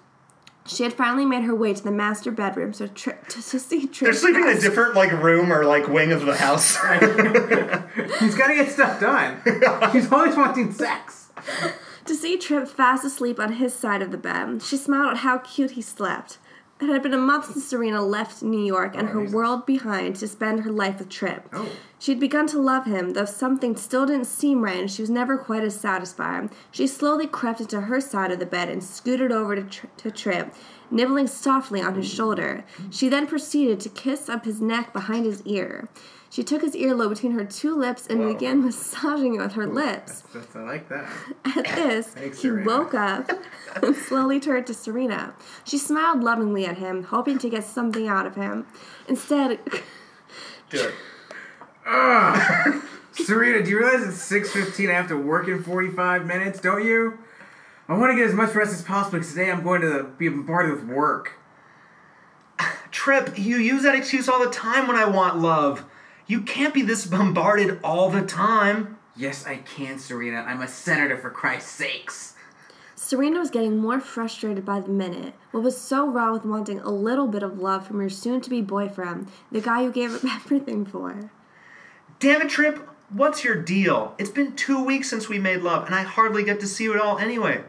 D: She had finally made her way to the master bedroom so tri- to, to see Trip.
B: They're sleeping in a different like room or like wing of the house.
C: He's got to get stuff done. He's always wanting sex.
D: To see Trip fast asleep on his side of the bed, she smiled at how cute he slept. It had been a month since Serena left New York and her world behind to spend her life with Trip. She'd begun to love him, though something still didn't seem right and she was never quite as satisfied. She slowly crept into her side of the bed and scooted over to, Tri- to Trip, nibbling softly on his shoulder. She then proceeded to kiss up his neck behind his ear. She took his earlobe between her two lips and began massaging it with her lips.
C: That's, I like that.
D: At this,
C: Thanks,
D: he
C: Serena.
D: woke up and slowly turned to Serena. She smiled lovingly at him, hoping to get something out of him. Instead,
B: Do it.
F: Serena, do you realize it's six fifteen? I have to work in forty five minutes, don't you? I want to get as much rest as possible because today I'm going to the, be bombarded with work.
B: Trip, you use that excuse all the time when I want love. You can't be this bombarded all the time.
C: Yes, I can, Serena. I'm a senator for Christ's sakes.
D: Serena was getting more frustrated by the minute. What was so wrong with wanting a little bit of love from your soon to be boyfriend, the guy you gave up everything for?
B: Damn it, Trip, what's your deal? It's been two weeks since we made love, and I hardly get to see you at all anyway.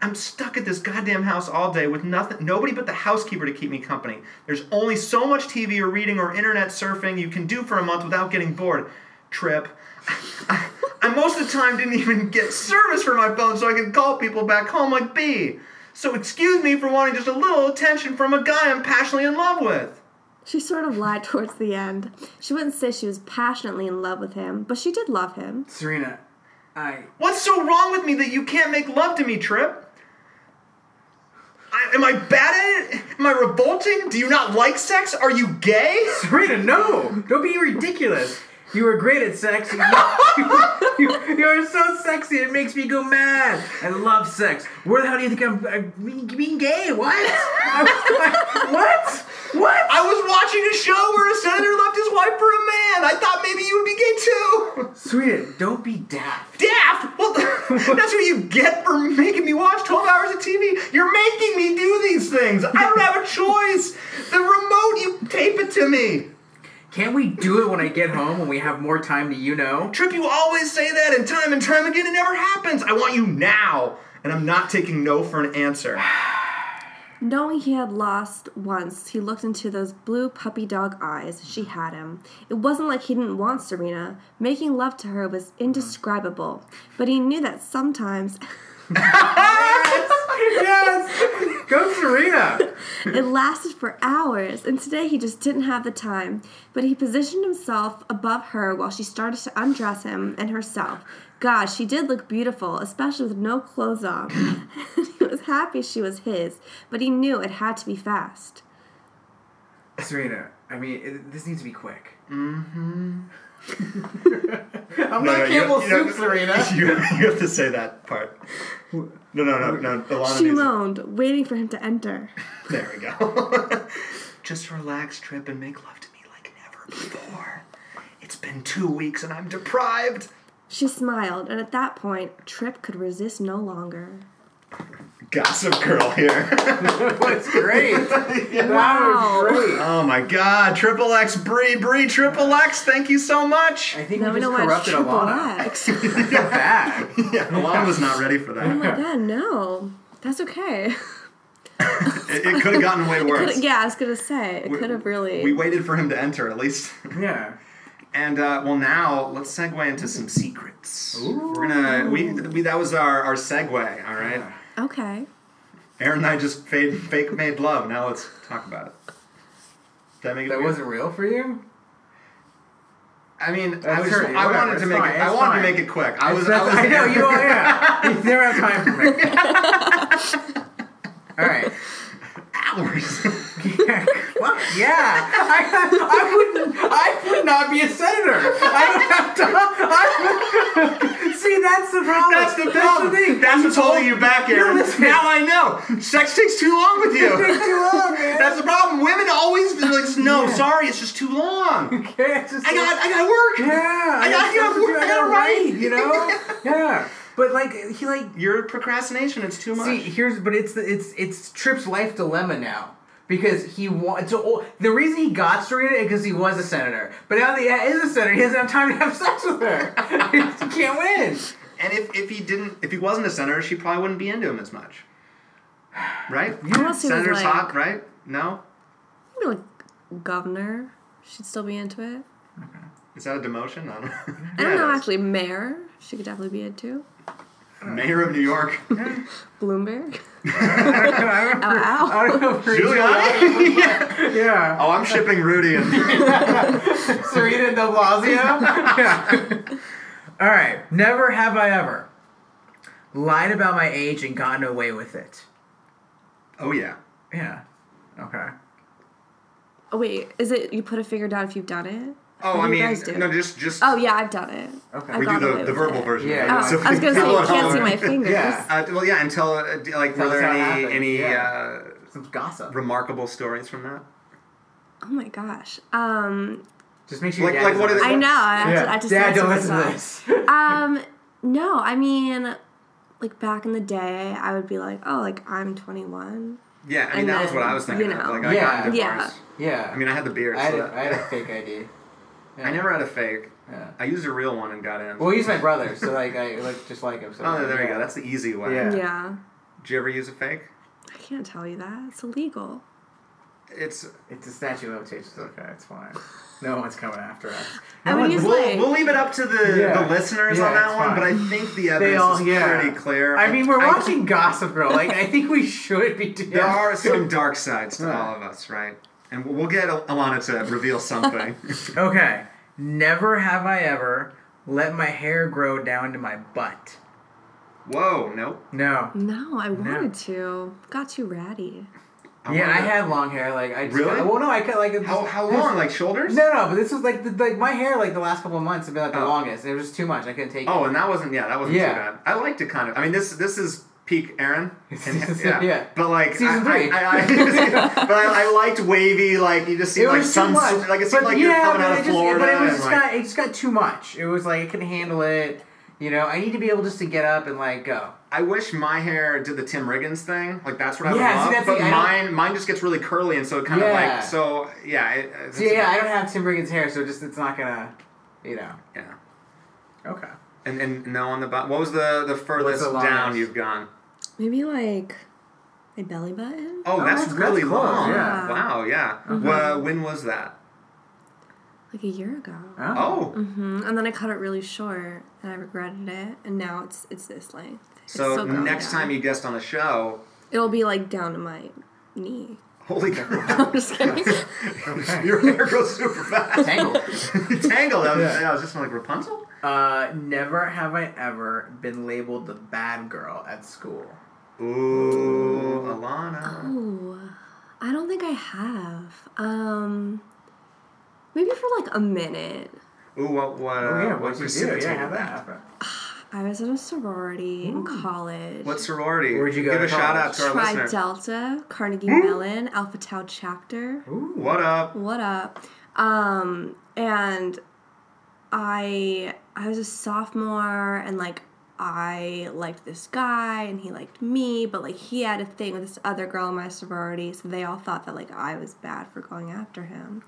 B: I'm stuck at this goddamn house all day with nothing, nobody but the housekeeper to keep me company. There's only so much TV or reading or internet surfing you can do for a month without getting bored. Trip, I, I most of the time didn't even get service for my phone so I could call people back home like B. So excuse me for wanting just a little attention from a guy I'm passionately in love with.
D: She sort of lied towards the end. She wouldn't say she was passionately in love with him, but she did love him.
C: Serena, I.
B: What's so wrong with me that you can't make love to me, Trip? I, am I bad at it? Am I revolting? Do you not like sex? Are you gay?
F: Serena, no! Don't be ridiculous. You were great at sex. You, you, you are so sexy. It makes me go mad. I love sex. Where the hell do you think I'm, I'm being- being gay? What? I- I- what? What?
B: I was watching a show where a senator left his wife for a man. I thought maybe you would be gay too.
F: Serena,
C: Don't be daft.
B: Daft! Well, that's what you get for making me watch 12 hours of TV. You're making me do these things. I don't have a choice. The remote, you tape it to me.
C: Can't we do it when I get home when we have more time to you know?
B: Trip, you always say that, and time and time again, it never happens. I want you now, and I'm not taking no for an answer.
D: Knowing he had lost once, he looked into those blue puppy dog eyes. She had him. It wasn't like he didn't want Serena. Making love to her was indescribable, but he knew that sometimes
F: yes! Go Serena!
D: It lasted for hours, and today he just didn't have the time. But he positioned himself above her while she started to undress him and herself. God, she did look beautiful, especially with no clothes on. he was happy she was his, but he knew it had to be fast.
C: Serena, I mean, it, this needs to be quick.
F: Mm-hmm. I'm
B: No,
F: not
B: no, you-
F: Campbell
B: you don't-
F: Soup, Serena.
B: You, you have to say that part. No, no, no, no. Alana
D: She
B: needs it.
D: moaned, waiting for him to enter.
B: There we go. Just relax, Trip, and make love to me like never before. It's been two weeks and I'm deprived.
D: She smiled, and at that point, Trip could resist no longer.
B: Gossip girl here.
C: That's great.
D: Wow.
B: oh my god, Triple X Bree, Bree, Triple X, thank you so much.
C: I think
D: Now
C: we
D: we
C: just
D: know why it's
C: corrupted
D: triple
C: Alana.
D: X.
C: I feel bad.
B: Yeah, Alana was not ready for
D: Oh
B: that.
D: my god, no. That's okay.
B: It, it could have gotten way worse.
D: Could- yeah, I was gonna say it
B: We-
D: could have really.
B: We waited for him to enter at least.
C: Yeah.
B: And uh, well, now let's segue into some secrets. We're gonna we, we that was our our segue. All right,
D: okay.
B: Aaron and I just fade, fake made love. Now let's talk about it. Did I make it
C: That
B: weird?
C: wasn't real for you?
B: I mean, I,
C: That's
B: was,
C: dirty,
B: I
C: whatever,
B: wanted
C: it's
B: to make
C: fine,
B: it. I
C: it's
B: wanted to
C: fine.
B: make it quick. I was. I,
C: That's-
B: was
C: I know,
B: there.
C: you all, yeah. You never have time for me. All right.
B: hours.
C: Well, yeah. I, I wouldn't. I would not be a senator. I don't have to. I would, see, that's the problem.
B: That's the problem. That's,
C: thing.
B: what's holding you back, Aaron. now I know. Sex takes too long with you.
C: It's too long, man.
B: That's the problem. Women always be like, no, sorry, it's just too long.
C: Okay, it's just
B: I got, I got work.
C: Yeah,
B: I gotta
C: got
B: get up,
C: stuff to do,
B: I gotta write.
C: You know. yeah, but like he like
B: Your procrastination, it's too much.
C: See, here's but it's the it's it's Tripp's life dilemma now because he wants to. The reason he got Serena is because he was a senator, but now that he is a senator, he doesn't have time to have sex with her. he can't win.
B: and if, if he didn't, if he wasn't a senator, she probably wouldn't be into him as much. Right?
D: Unless he was
B: Senator's
D: like-
B: hot, right? No?
D: Maybe like governor should still be into it.
B: Is that a demotion? I don't know.
D: I don't
C: Yeah,
D: know,
C: that's-
D: actually, mayor she could definitely be into.
B: Mayor of New York.
D: Bloomberg.
C: I don't know.
D: Ow.
C: I don't know. if Rudy-
B: Giuliani? yeah.
C: Yeah.
B: Oh, I'm shipping Rudy and
C: Serena de Blasio. yeah. All right. Never have I ever lied about my age and gotten away with it.
B: Oh yeah.
C: Yeah. Okay.
D: Oh wait, is it you put a finger down if you've done it?
B: Oh, I
D: You
B: mean,
D: guys do.
B: no, just just
D: Oh yeah, I've done it.
C: Okay.
D: I've
B: we do
D: gotten away
B: the, the
D: with
B: verbal
D: it.
B: version.
C: Yeah,
B: of it.
C: yeah.
D: Oh, I was gonna say
B: people
D: you
B: at
D: can't see
B: home-
D: my fingers.
C: Yeah.
B: Uh, well, yeah. Until uh, d- like, were
C: Tell us
B: there
C: how it
B: any
C: happened,
B: any
C: yeah.
B: uh,
C: Some gossip.
B: remarkable stories from that?
D: Oh my gosh. Um,
C: Just make sure.
B: Like-
C: your
B: like,
C: dad
B: what
C: doesn't
B: are
D: I
B: the-
C: listen.
D: know. I, have to, I just
C: Dad,
D: had to
C: don't listen to
D: myself.
C: this.
D: um, no, I mean, like back in the day, I would be like, oh, like I'm 21.
B: Yeah, I mean
D: And
B: that was what I was
D: then,
B: thinking.
D: you
B: of.
D: know.
B: Like, I
C: Yeah.
B: got
D: Yeah.
B: divorced.
C: Yeah.
B: I mean, I had the beard.
C: I
B: so
C: had, a,
B: that-
C: I had a fake ID. Yeah.
B: I never had a fake.
C: Yeah.
B: I used a real one and got in.
C: Well, he's my brother, so like I like just like him. So
B: oh, there you
C: yeah.
B: go. That's the easy way.
C: Yeah.
D: Yeah.
B: Did you ever use a fake?
D: I can't tell you that. It's illegal.
B: It's
C: it's a statue of limitations. Okay, it's fine. No one's coming after us.
D: I would use
B: we'll,
D: like.
B: we'll leave it up to the,
C: Yeah.
B: the listeners
C: Yeah,
B: on that
C: it's
B: one,
C: fine.
B: but I think the evidence
C: all-
B: is
C: yeah.
B: pretty clear.
C: I mean, we're
B: I-
C: watching Gossip Girl. Like, I think we should be doing.
B: There are some dark sides to
C: Yeah.
B: all of us, right? And we'll- we'll get Al- Alana to reveal something.
C: Okay. Never have I ever let my hair grow down to my butt.
B: Whoa, nope.
C: No.
D: no, I wanted to. Got too ratty.
C: yeah,
B: wanna-
C: I had long hair. Like, I just,
B: Really?
C: Well, no, I cut like.
B: How, how long? Like shoulders?
C: No, no, but this was like the, like my hair like the last couple of months had been like the
B: Oh.
C: longest. It was just too much. I couldn't take
B: Oh, and that wasn't. Yeah, that wasn't
C: Yeah.
B: too bad. I liked it kind of. I mean, this this is peak Aaron. And-
C: Yeah.
B: But like,
C: Season
B: I,
C: three.
B: I, I, I- but I, I liked wavy. Like you just
C: it.
B: seemed
C: It
B: like
C: was too
B: some
C: much.
B: like it seemed
C: But
B: like you're
C: yeah,
B: coming
C: but
B: out
C: it
B: of
C: just-
B: Florida.
C: But it was
B: and,
C: just
B: like,
C: got it just got too much. It was like I couldn't handle it. You know, I need to be able just to get up and like go.
B: I wish my hair did the Tim Riggins thing. Like that's what I
C: Yeah, see,
B: would love.
C: that's
B: but
C: the- I don't-
B: mine, mine just gets really curly, and so it kind of
C: Yeah.
B: like so. Yeah. It, it's-
C: So yeah, I don't have Tim Riggins hair, so just it's not gonna, you know.
B: yeah.
C: Okay.
B: And and no on the bottom. What was the the furthest
C: the longest?
B: down you've gone?
D: Maybe like my belly button.
B: Oh,
C: Oh,
B: that's,
C: that's-
B: really
C: that's close,
B: long.
C: yeah. Mm-hmm.
B: Wow. Yeah. Well, when was that?
D: Like a year ago.
C: Uh.
B: Oh.
D: hmm And then I cut it really short, and I regretted it. And now it's it's this length. It's
B: So
D: still growing
B: next
D: down.
B: time you guest on the show,
D: it'll be like down to my knee.
B: holy
D: I'm
C: Oh.
B: crap,
D: just kidding.
B: your hair grows super fast.
C: Tangled.
B: Tangled. I was,
C: Yeah.
B: yeah, I was just like Rapunzel.
C: Uh, never have I ever been labeled the bad girl at school.
B: Ooh, Alana.
D: Ooh, I don't think I have. Um, maybe for like a minute.
B: Ooh, what what?
C: Oh, yeah,
B: uh, what
C: what'd you do? Yeah,
B: precipitated
C: how'd that happen?
D: I was in a sorority in college.
B: What sorority?
C: Where'd you go
B: Give
C: to
B: a shout out
C: college?
B: to our
D: Tri
B: listener. Mm.
D: Delta, Carnegie Mellon, Alpha Tau chapter.
C: Ooh.
B: What up?
D: What up? Um, and I I was a sophomore and like I liked this guy and he liked me, but like he had a thing with this other girl in my sorority, so they all thought that like I was bad for going after him.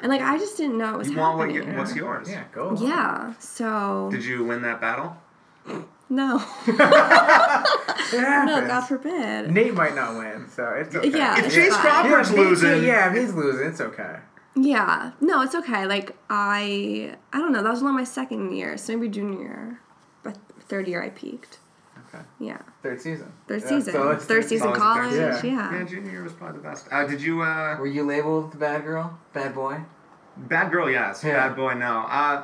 D: And like I just didn't know it was
B: You want what
D: happening.
B: you, what's yours?
C: Yeah, go. on.
D: yeah. So
B: Did you win that battle?
D: no.
C: It
D: no, God
C: happens.
D: forbid.
C: Nate might not win, so it's okay.
D: Yeah.
B: If
D: Uh, it's
B: Jace
D: fine.
B: Cropper's
C: if he's-
B: losing,
C: Yeah, if he's losing, it's okay.
D: Yeah. No, it's okay. Like I I don't know, that was only my second year, so maybe junior year. But third year I peaked.
C: Okay.
D: Yeah.
C: Third season.
D: Third
C: Yeah,
D: season.
C: so it's-
D: third season
B: it's
D: college.
B: always
C: a
D: Yeah.
C: third-
B: yeah, junior year was probably the best. Uh, did you? Uh,
C: Were you labeled the bad girl, bad boy?
B: Bad girl, yes.
C: Yeah.
B: Bad boy, no. Uh,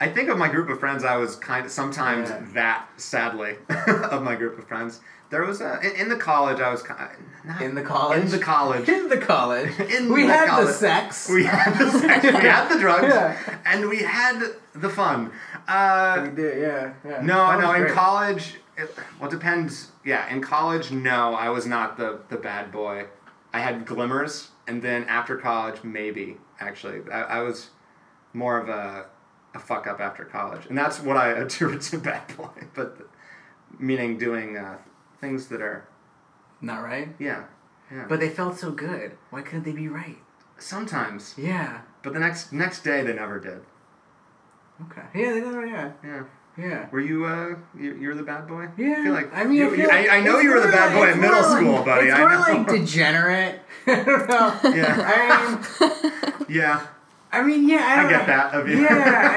B: I think of my group of friends. I was kind of sometimes
C: Yeah.
B: that sadly of my group of friends. There was a in, in the college. I was kind not,
C: In the college.
B: In the college.
C: In the college.
B: In
C: we
B: the
C: had the
B: college.
C: sex.
B: we had the sex, we had the drugs,
C: Yeah.
B: and we had the fun. Uh,
C: We did, yeah. yeah.
B: no,
C: That
B: no.
C: was
B: In
C: great.
B: college, it, well, it depends. Yeah, in college, no, I was not the the bad boy. I had glimmers, and then after college, maybe actually, I, I was more of a a fuck up after college, and that's what I attribute to bad boy. But meaning doing uh, things that are
C: Not right.
B: yeah, yeah.
C: But they felt so good. Why couldn't they be right?
B: sometimes,
C: Yeah.
B: but the next next day they never did.
C: Okay. Yeah. They never, yeah.
B: Yeah.
C: Yeah.
B: Were you uh you, you were the bad boy?
C: Yeah.
B: I feel like
C: I mean,
B: you,
C: I, feel like-
B: I, know
C: it's
B: you were the
C: more
B: bad
C: like-
B: boy
C: it's
B: in middle
C: more
B: school,
C: like,
B: buddy.
C: It's
B: I
C: more
B: know.
C: like degenerate. I don't know.
B: Yeah.
C: I mean,
B: yeah.
C: I mean, yeah. I, don't
B: get
C: know.
B: that of you.
C: Yeah,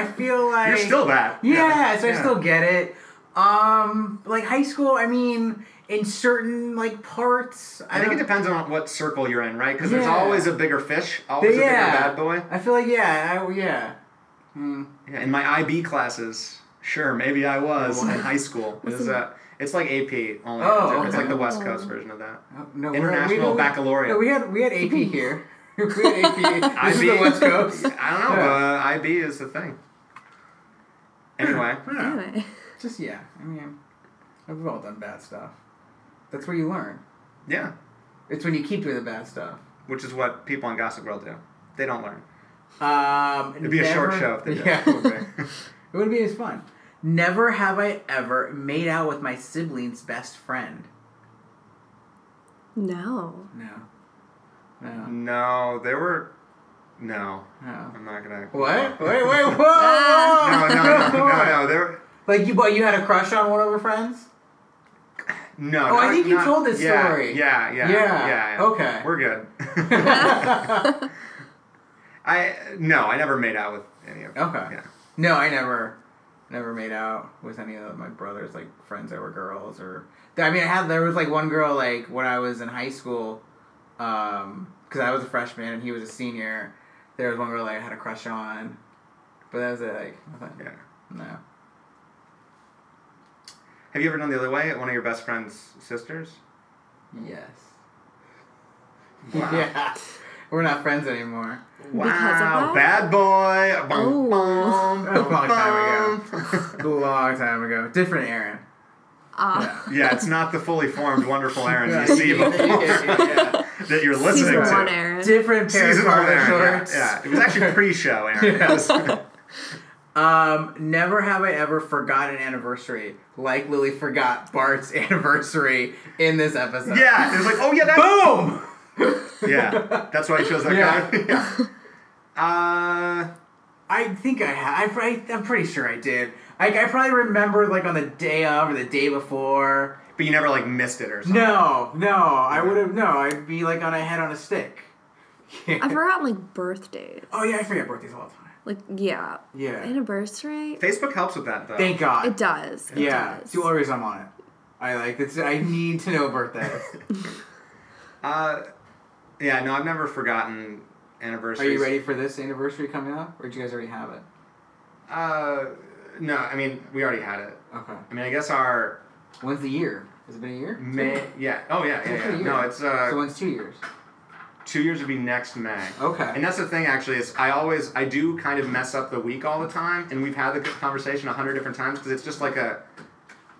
C: I feel like
B: You're still that.
C: Yeah, so I still get it. Um, like high school. I mean, in certain like parts, I,
B: I think it
C: don't-
B: depends on what circle you're in, right? Because there's
C: Yeah.
B: always a bigger fish, always
C: yeah,
B: a bigger bad
C: I feel like yeah, I, yeah. Hmm.
B: boy. Yeah. In my IB classes, sure, maybe I was in high school. It's, uh, it's like AP only.
C: Oh,
B: it's
C: okay.
B: like the West Coast version of that.
C: Oh, No, we're-
B: International
C: we- we-
B: baccalaureate.
C: No, we had we had AP here. this is the West Coast.
B: I don't know.
C: Yeah. Hmm.
B: Uh, IB is the thing. Anyway,
C: Yeah.
D: Anyway.
C: Just yeah. I mean, we've all done bad stuff. That's where you learn.
B: yeah,
C: It's when you keep doing the bad stuff.
B: which is what people on Gossip Girl do. They don't learn.
C: Um,
B: It'd be a short show if they did.
C: Yeah, it would be. it would be as fun. Never have I ever made out with my sibling's best friend.
D: No.
C: No.
B: Mm.
C: No.
B: No, they were. No,
C: No.
B: I'm not gonna.
C: What? Wait, wait, whoa!
B: No, no, no, no, no. They were.
C: Like you, but you had a crush on one of her friends.
B: No.
C: Oh, I
B: not-
C: think you
B: not-
C: told this
B: yeah,
C: story.
B: Yeah, yeah,
C: Yeah,
B: yeah. yeah.
C: okay.
B: We're good. I no, I never made out with any of.
C: Okay.
B: Yeah.
C: No, I never, never made out with any of my brothers, like friends that were girls or. I mean, I had there was like one girl like when I was in high school, because I was a freshman and he was a senior. There was one girl that I had a crush on, but that was it. Like, I thought,
B: Yeah.
C: no.
B: Have you ever done the other way? One of your best friend's sisters?
C: Yes.
B: Wow.
C: Yeah. We're not friends anymore.
B: Wow.
D: that?
B: Bad boy. Bum,
D: Oh.
B: bum,
C: That was a long time ago.
B: bum.
C: A long time ago. Different Aaron.
D: Ah.
B: yeah, it's not the fully formed, wonderful Aaron
C: Yeah.
B: you see
C: Yeah,
B: before
C: yeah.
B: that you're listening
D: Season
B: to.
D: one, Aaron.
C: Different pair
B: Season
C: of
B: one,
C: cargo
B: Aaron.
C: shorts.
B: Yeah, yeah, it was actually pre-show, Aaron.
C: Yeah. Um, never have I ever forgot an anniversary like Lily forgot Bart's anniversary in this episode.
B: Yeah, it was like, oh yeah, that.
C: Boom!
B: Yeah, that's why he chose that
C: Yeah.
B: guy. yeah. Uh,
C: I think I have. I, I'm pretty sure I did. I, I probably remember like on the day of or the day before.
B: but you never like missed it or something.
C: No, no, I would have no. I'd be like on a head on a stick.
D: I forgot like birthdays.
C: oh yeah, I forget birthdays all the time.
D: Like yeah.
C: Yeah.
D: Anniversary.
B: Facebook helps with that though.
C: Thank God.
D: It does. It
C: yeah, it's
D: does.
C: the only reason I'm on it. I like it's. I need to know birthdays.
B: Uh, yeah, no, I've never forgotten
C: Are
B: anniversaries.
C: you ready for this anniversary coming up, or do you guys already have it?
B: Uh, no, I mean we already had it.
C: Okay.
B: I mean, I guess our
C: When's the year? Has it been a year?
B: May. Yeah. Oh yeah, yeah, yeah. No, it's
C: so
B: uh,
C: when's two years?
B: two years would be next May.
C: Okay.
B: And that's the thing, actually, is I always I do kind of mess up the week all the time, and we've had the conversation a hundred different times because it's just like a.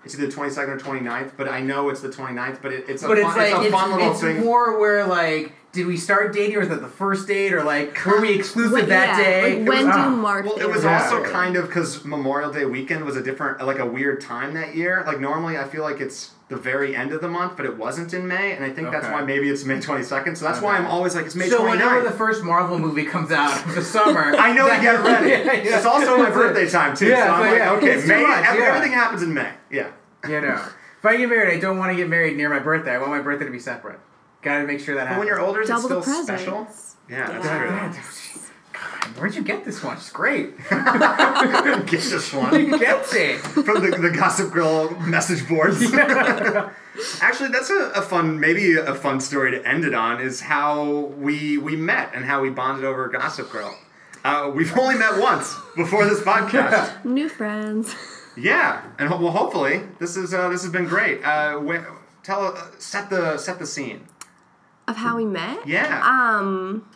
B: It's either 22nd or 29th, but I know it's the 29th, but it, it's a
C: but
B: fun,
C: it's like
B: a
C: it's,
B: fun little
C: it's
B: thing.
C: more where like did we start dating or was that the first date or like were we exclusive
D: When-
C: that
D: yeah,
C: day?
D: Like, when
C: It was-
D: do you
C: ah.
D: mark?
B: Well,
D: the
B: it was
C: Yeah.
B: also kind of because Memorial Day weekend was a different, like a weird time that year. Like normally, I feel like it's the very end of the month, but it wasn't in May, and I think that's
C: Okay.
B: why maybe it's May twenty second. So that's why I'm always like it's May
C: so
B: twenty
C: whenever the
B: ninth.
C: first Marvel movie comes out of the summer,
B: I know to
C: that-
B: get ready.
C: Yeah, yeah.
B: It's also my birthday time too,
C: Yeah,
B: so I'm
C: so
B: like,
C: yeah, it's
B: okay,
C: too
B: May.
C: much,
B: ev-
C: yeah.
B: Everything happens in May. Yeah.
C: You know, if I get married, I don't want to get married near my birthday. I want my birthday to be separate. Got to make sure that
B: But
C: happens.
B: when you're older, is it
D: Double the
B: still
D: presents.
B: special? Yeah, that's
C: Yeah. God, where'd you get this one? It's great.
B: true. Get this one
C: Who gets it?
B: from the, the Gossip Girl message boards. Actually, that's a, a fun, maybe a fun story to end it on is how we we met and how we bonded over Gossip Girl. Uh, we've only met once before this podcast.
D: New friends.
B: yeah, and ho- well, hopefully this is uh, this has been great. Uh, wh- tell uh, set the set the scene.
D: of how we met.
B: Yeah,
D: Um,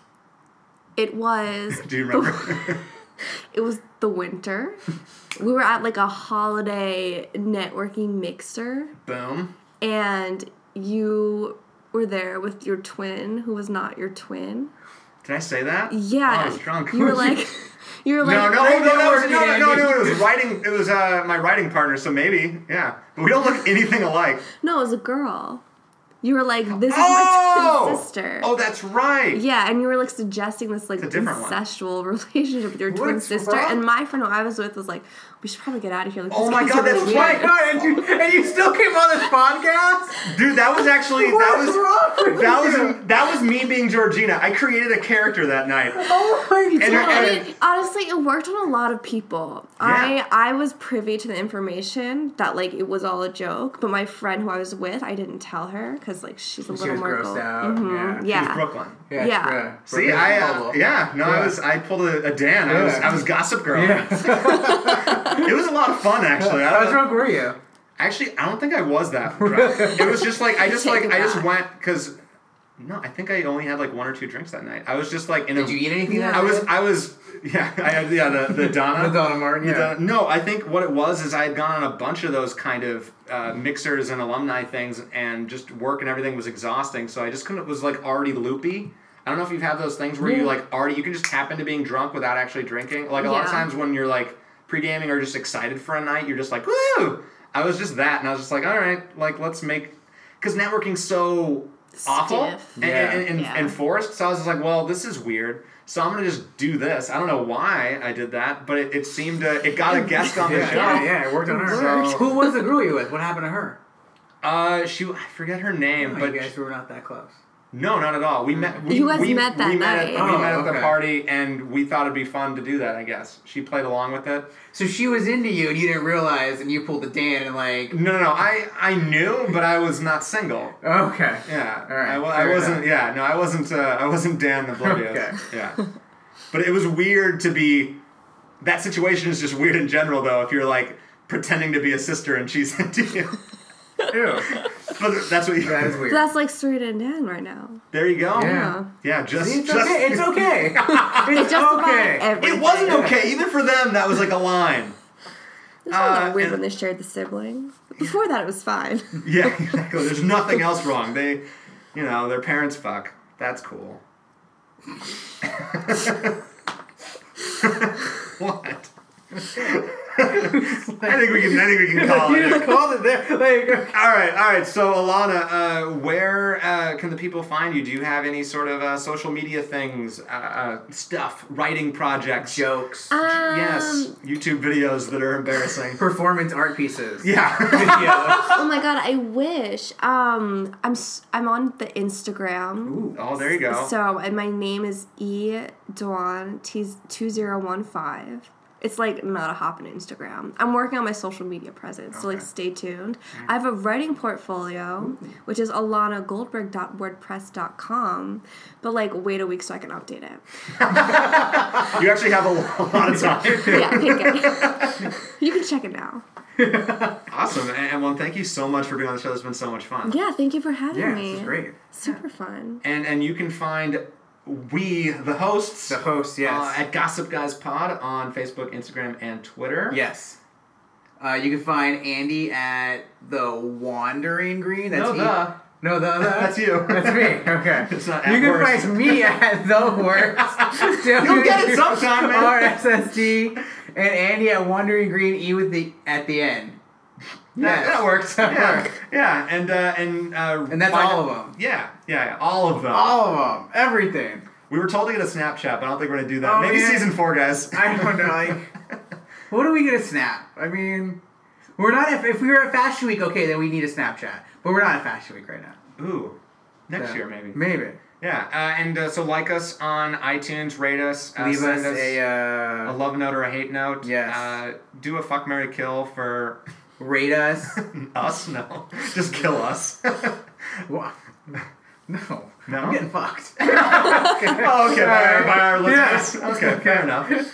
D: it was
B: do you remember?
D: it was the winter. We were at like a holiday networking mixer,
B: Boom.
D: and you were there with your twin, who was not your twin.
B: Did I say that?
D: Yeah,
B: Oh, I was drunk.
D: You were like, you were
B: No,
D: like,
B: no, oh, no, that was,
C: networking,
B: no, no, no,
C: Andy.
B: no, it was writing, it was uh, my writing partner, so maybe, yeah. But we don't look anything alike.
D: no, it was a girl. You were like, this is my
B: oh!
D: twin sister.
B: Oh, that's right.
D: Yeah, and you were like suggesting this like
B: It's a different one.
D: incestual relationship with your twin
C: What's
D: sister,
C: wrong?
D: and my friend who I was with was like, "We should probably get out of here." Like,
B: Oh
D: this
B: my
D: guy's
B: God, that's
D: really
B: right.
D: weird."
C: God, and you, and you still came on this podcast?
B: Dude, that was actually
C: What is
B: that
C: wrong with
B: was that was
C: you?
B: that was me being Georgina. I created a character that night.
C: Oh my
B: And-
C: god.
D: I mean, honestly, it worked on a lot of people.
B: Yeah.
D: I I was privy to the information that like it was all a joke, but my friend who I was with, I didn't tell her because like she's a
C: She
D: little
C: was
D: more
C: grossed
D: gul-
C: out,
D: Mhm,
C: yeah.
B: It was Brooklyn.
C: yeah.
D: yeah.
C: it's true.
B: See,
C: Brooklyn
B: I uh,
C: Bubble.
B: yeah, no, I
C: Yeah.
B: was I pulled a, a Dan. I was
C: Yeah.
B: I was Gossip Girl.
C: Yeah.
B: It was a lot of fun actually. I
C: How
B: don't-
C: drunk were you?
B: Actually, I don't think I was that drunk. it was just like I just like I just went because No, I think I only had like one or two drinks that night. I was just like in
C: Did
B: a.
C: you eat anything?
D: Yeah.
C: that
B: I was.
C: day?
B: I was. Yeah, I had yeah the the Donna.
C: The Donna Martin,
B: the
C: yeah.
B: Donna- no, I think what it was is I had gone on a bunch of those kind of uh, mixers and alumni things, and just work and everything was exhausting. So I just couldn't. Was like already loopy. I don't know if you've had those things where you
D: Yeah.
B: like already you can just happen to being drunk without actually drinking. Like a lot of
D: Yeah.
B: times when you're like pre gaming or just excited for a night, you're just like woo. I was just that, and I was just like, all right, like let's make because networking's so awful
D: Stiff.
B: and, and, and,
D: Yeah.
B: and forced. So I was just like, well, this is weird. So I'm gonna just do this. I don't know why I did that, but it, it seemed to it got a guest on the
C: yeah,
B: show.
C: yeah, yeah, it worked on her.
B: So-
C: Who was the girl you were with? What happened to her?
B: Uh, she I forget her name,
C: Oh,
B: but
C: you guys were not that close.
B: no, not at all. We met. We,
D: You guys
B: we,
D: met that
B: we Met at,
D: night.
B: we
C: Oh,
B: met at the
C: okay.
B: party, and we thought it'd be fun to do that. I guess she played along with it.
C: So she was into you, and you didn't realize, and you pulled the Dan, and like,
B: No, no, no. I I knew, but I was not single.
C: okay,
B: Yeah.
C: All right,
B: I, wa- I
C: fair
B: wasn't. Yeah. No, I wasn't. Uh, I wasn't Dan the Bloody.
C: Okay.
B: Yeah. But it was weird to be. That situation is just weird in general, though. If you're like pretending to be a sister and she's into you,
C: Ew,
B: but that's what you.
C: that is
D: So
C: weird.
D: that's like Sweet and Dan right now.
B: There you go.
C: Yeah.
B: Yeah, just,
C: See, it's
B: just
C: okay. It's okay. It's
D: Just
C: okay.
D: Everything.
B: it wasn't okay even for them. That was like a line.
D: It was a little
B: Uh,
D: weird
B: and-
D: when they shared the sibling. Before that, it was fine.
B: Yeah, exactly. There's nothing else wrong. They, you know, their parents fuck. That's cool. what? I think we can. I think we can call
C: you just
B: it.
C: called it there. Like,
B: All right, all right. So Alana, uh, where uh, can the people find you? Do you have any sort of uh, social media things, uh, uh, stuff, writing projects,
C: jokes,
D: Um,
B: yes, YouTube videos that are embarrassing?
C: performance art pieces.
B: yeah.
C: Yeah.
D: Oh my god, I wish. Um, I'm s- I'm on the Instagram.
B: oh, there you go.
D: So, and my name is E Dawn two zero one five. It's like not a hop on Instagram. I'm working on my social media presence, so like stay tuned. I have a writing portfolio, which is alanagoldberg.wordpress.com, but like wait a week so I can update it.
B: you actually have a lot of time.
D: Yeah, I think it- you can check it now.
B: Awesome. And, and well, thank you so much for being on the show. It's been so much fun.
D: Yeah, thank you for having
C: yeah,
D: me.
C: this is great.
D: Super fun.
B: And and you can find we the hosts
C: The host,
B: uh,
C: yes,
B: at Gossip Guys Pod on Facebook, Instagram, and Twitter.
C: yes. Uh, you can find Andy at the Wandering Green. That's
B: No,
C: E-
B: the.
C: No, the, the.
B: That's you.
C: That's me. Okay.
B: It's not
C: you
B: at
C: can
B: worst.
C: find me at the worst. You'll
B: get it sometime, man.
C: R S S D and Andy at Wandering Green E with the at the end.
B: That,
C: Yes.
B: that works.
C: That
B: yeah.
C: works.
B: yeah. And uh, and uh,
C: And that's
B: find-
C: all of 'em.
B: Yeah. yeah. Yeah. All of them.
C: All of them. Everything.
B: we were told to get a Snapchat, but I don't think we're gonna do that.
C: Oh,
B: Maybe
C: yeah.
B: season four, guys.
C: I don't know. Like, what are we gonna snap? I mean, we're not. If, if we were at Fashion Week, okay, then we need a Snapchat. But we're not at Fashion Week right now.
B: Ooh. Next
C: So,
B: year, maybe.
C: Maybe.
B: Yeah. Uh, and uh, so like us on iTunes, rate us, uh,
C: Leave
B: send
C: us a
B: a
C: uh,
B: love note or a hate note.
C: Yes.
B: Uh, do a fuck Mary kill for
C: rate us.
B: us. No, just kill us.
C: Wha- no.
B: No?
C: I'm getting fucked.
B: Oh, okay, by our, by our listeners.
C: Yeah.
B: Okay, fair enough.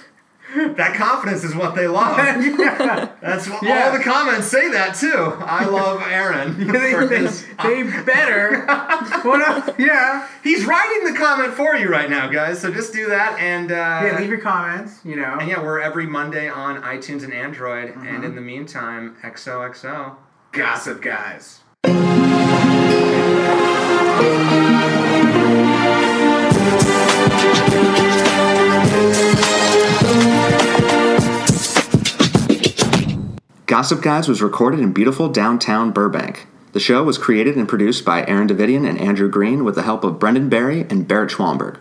B: That confidence is what they love. That's what
C: Yeah.
B: all the comments say that too. I love Aaron.
C: they,
B: for
C: they,
B: his-
C: they better. what else? Yeah.
B: he's writing the comment for you right now, guys. So just do that and uh,
C: Yeah, leave your comments, you know.
B: and yeah, we're every Monday on iTunes and Android. And in the meantime, XOXO.
C: Mm-hmm. Gossip guys.
G: Gossip Guys was recorded in beautiful downtown Burbank. The show was created and produced by Aaron Davidian and Andrew Green with the help of Brendan Barry and Barrett Schwalmberg.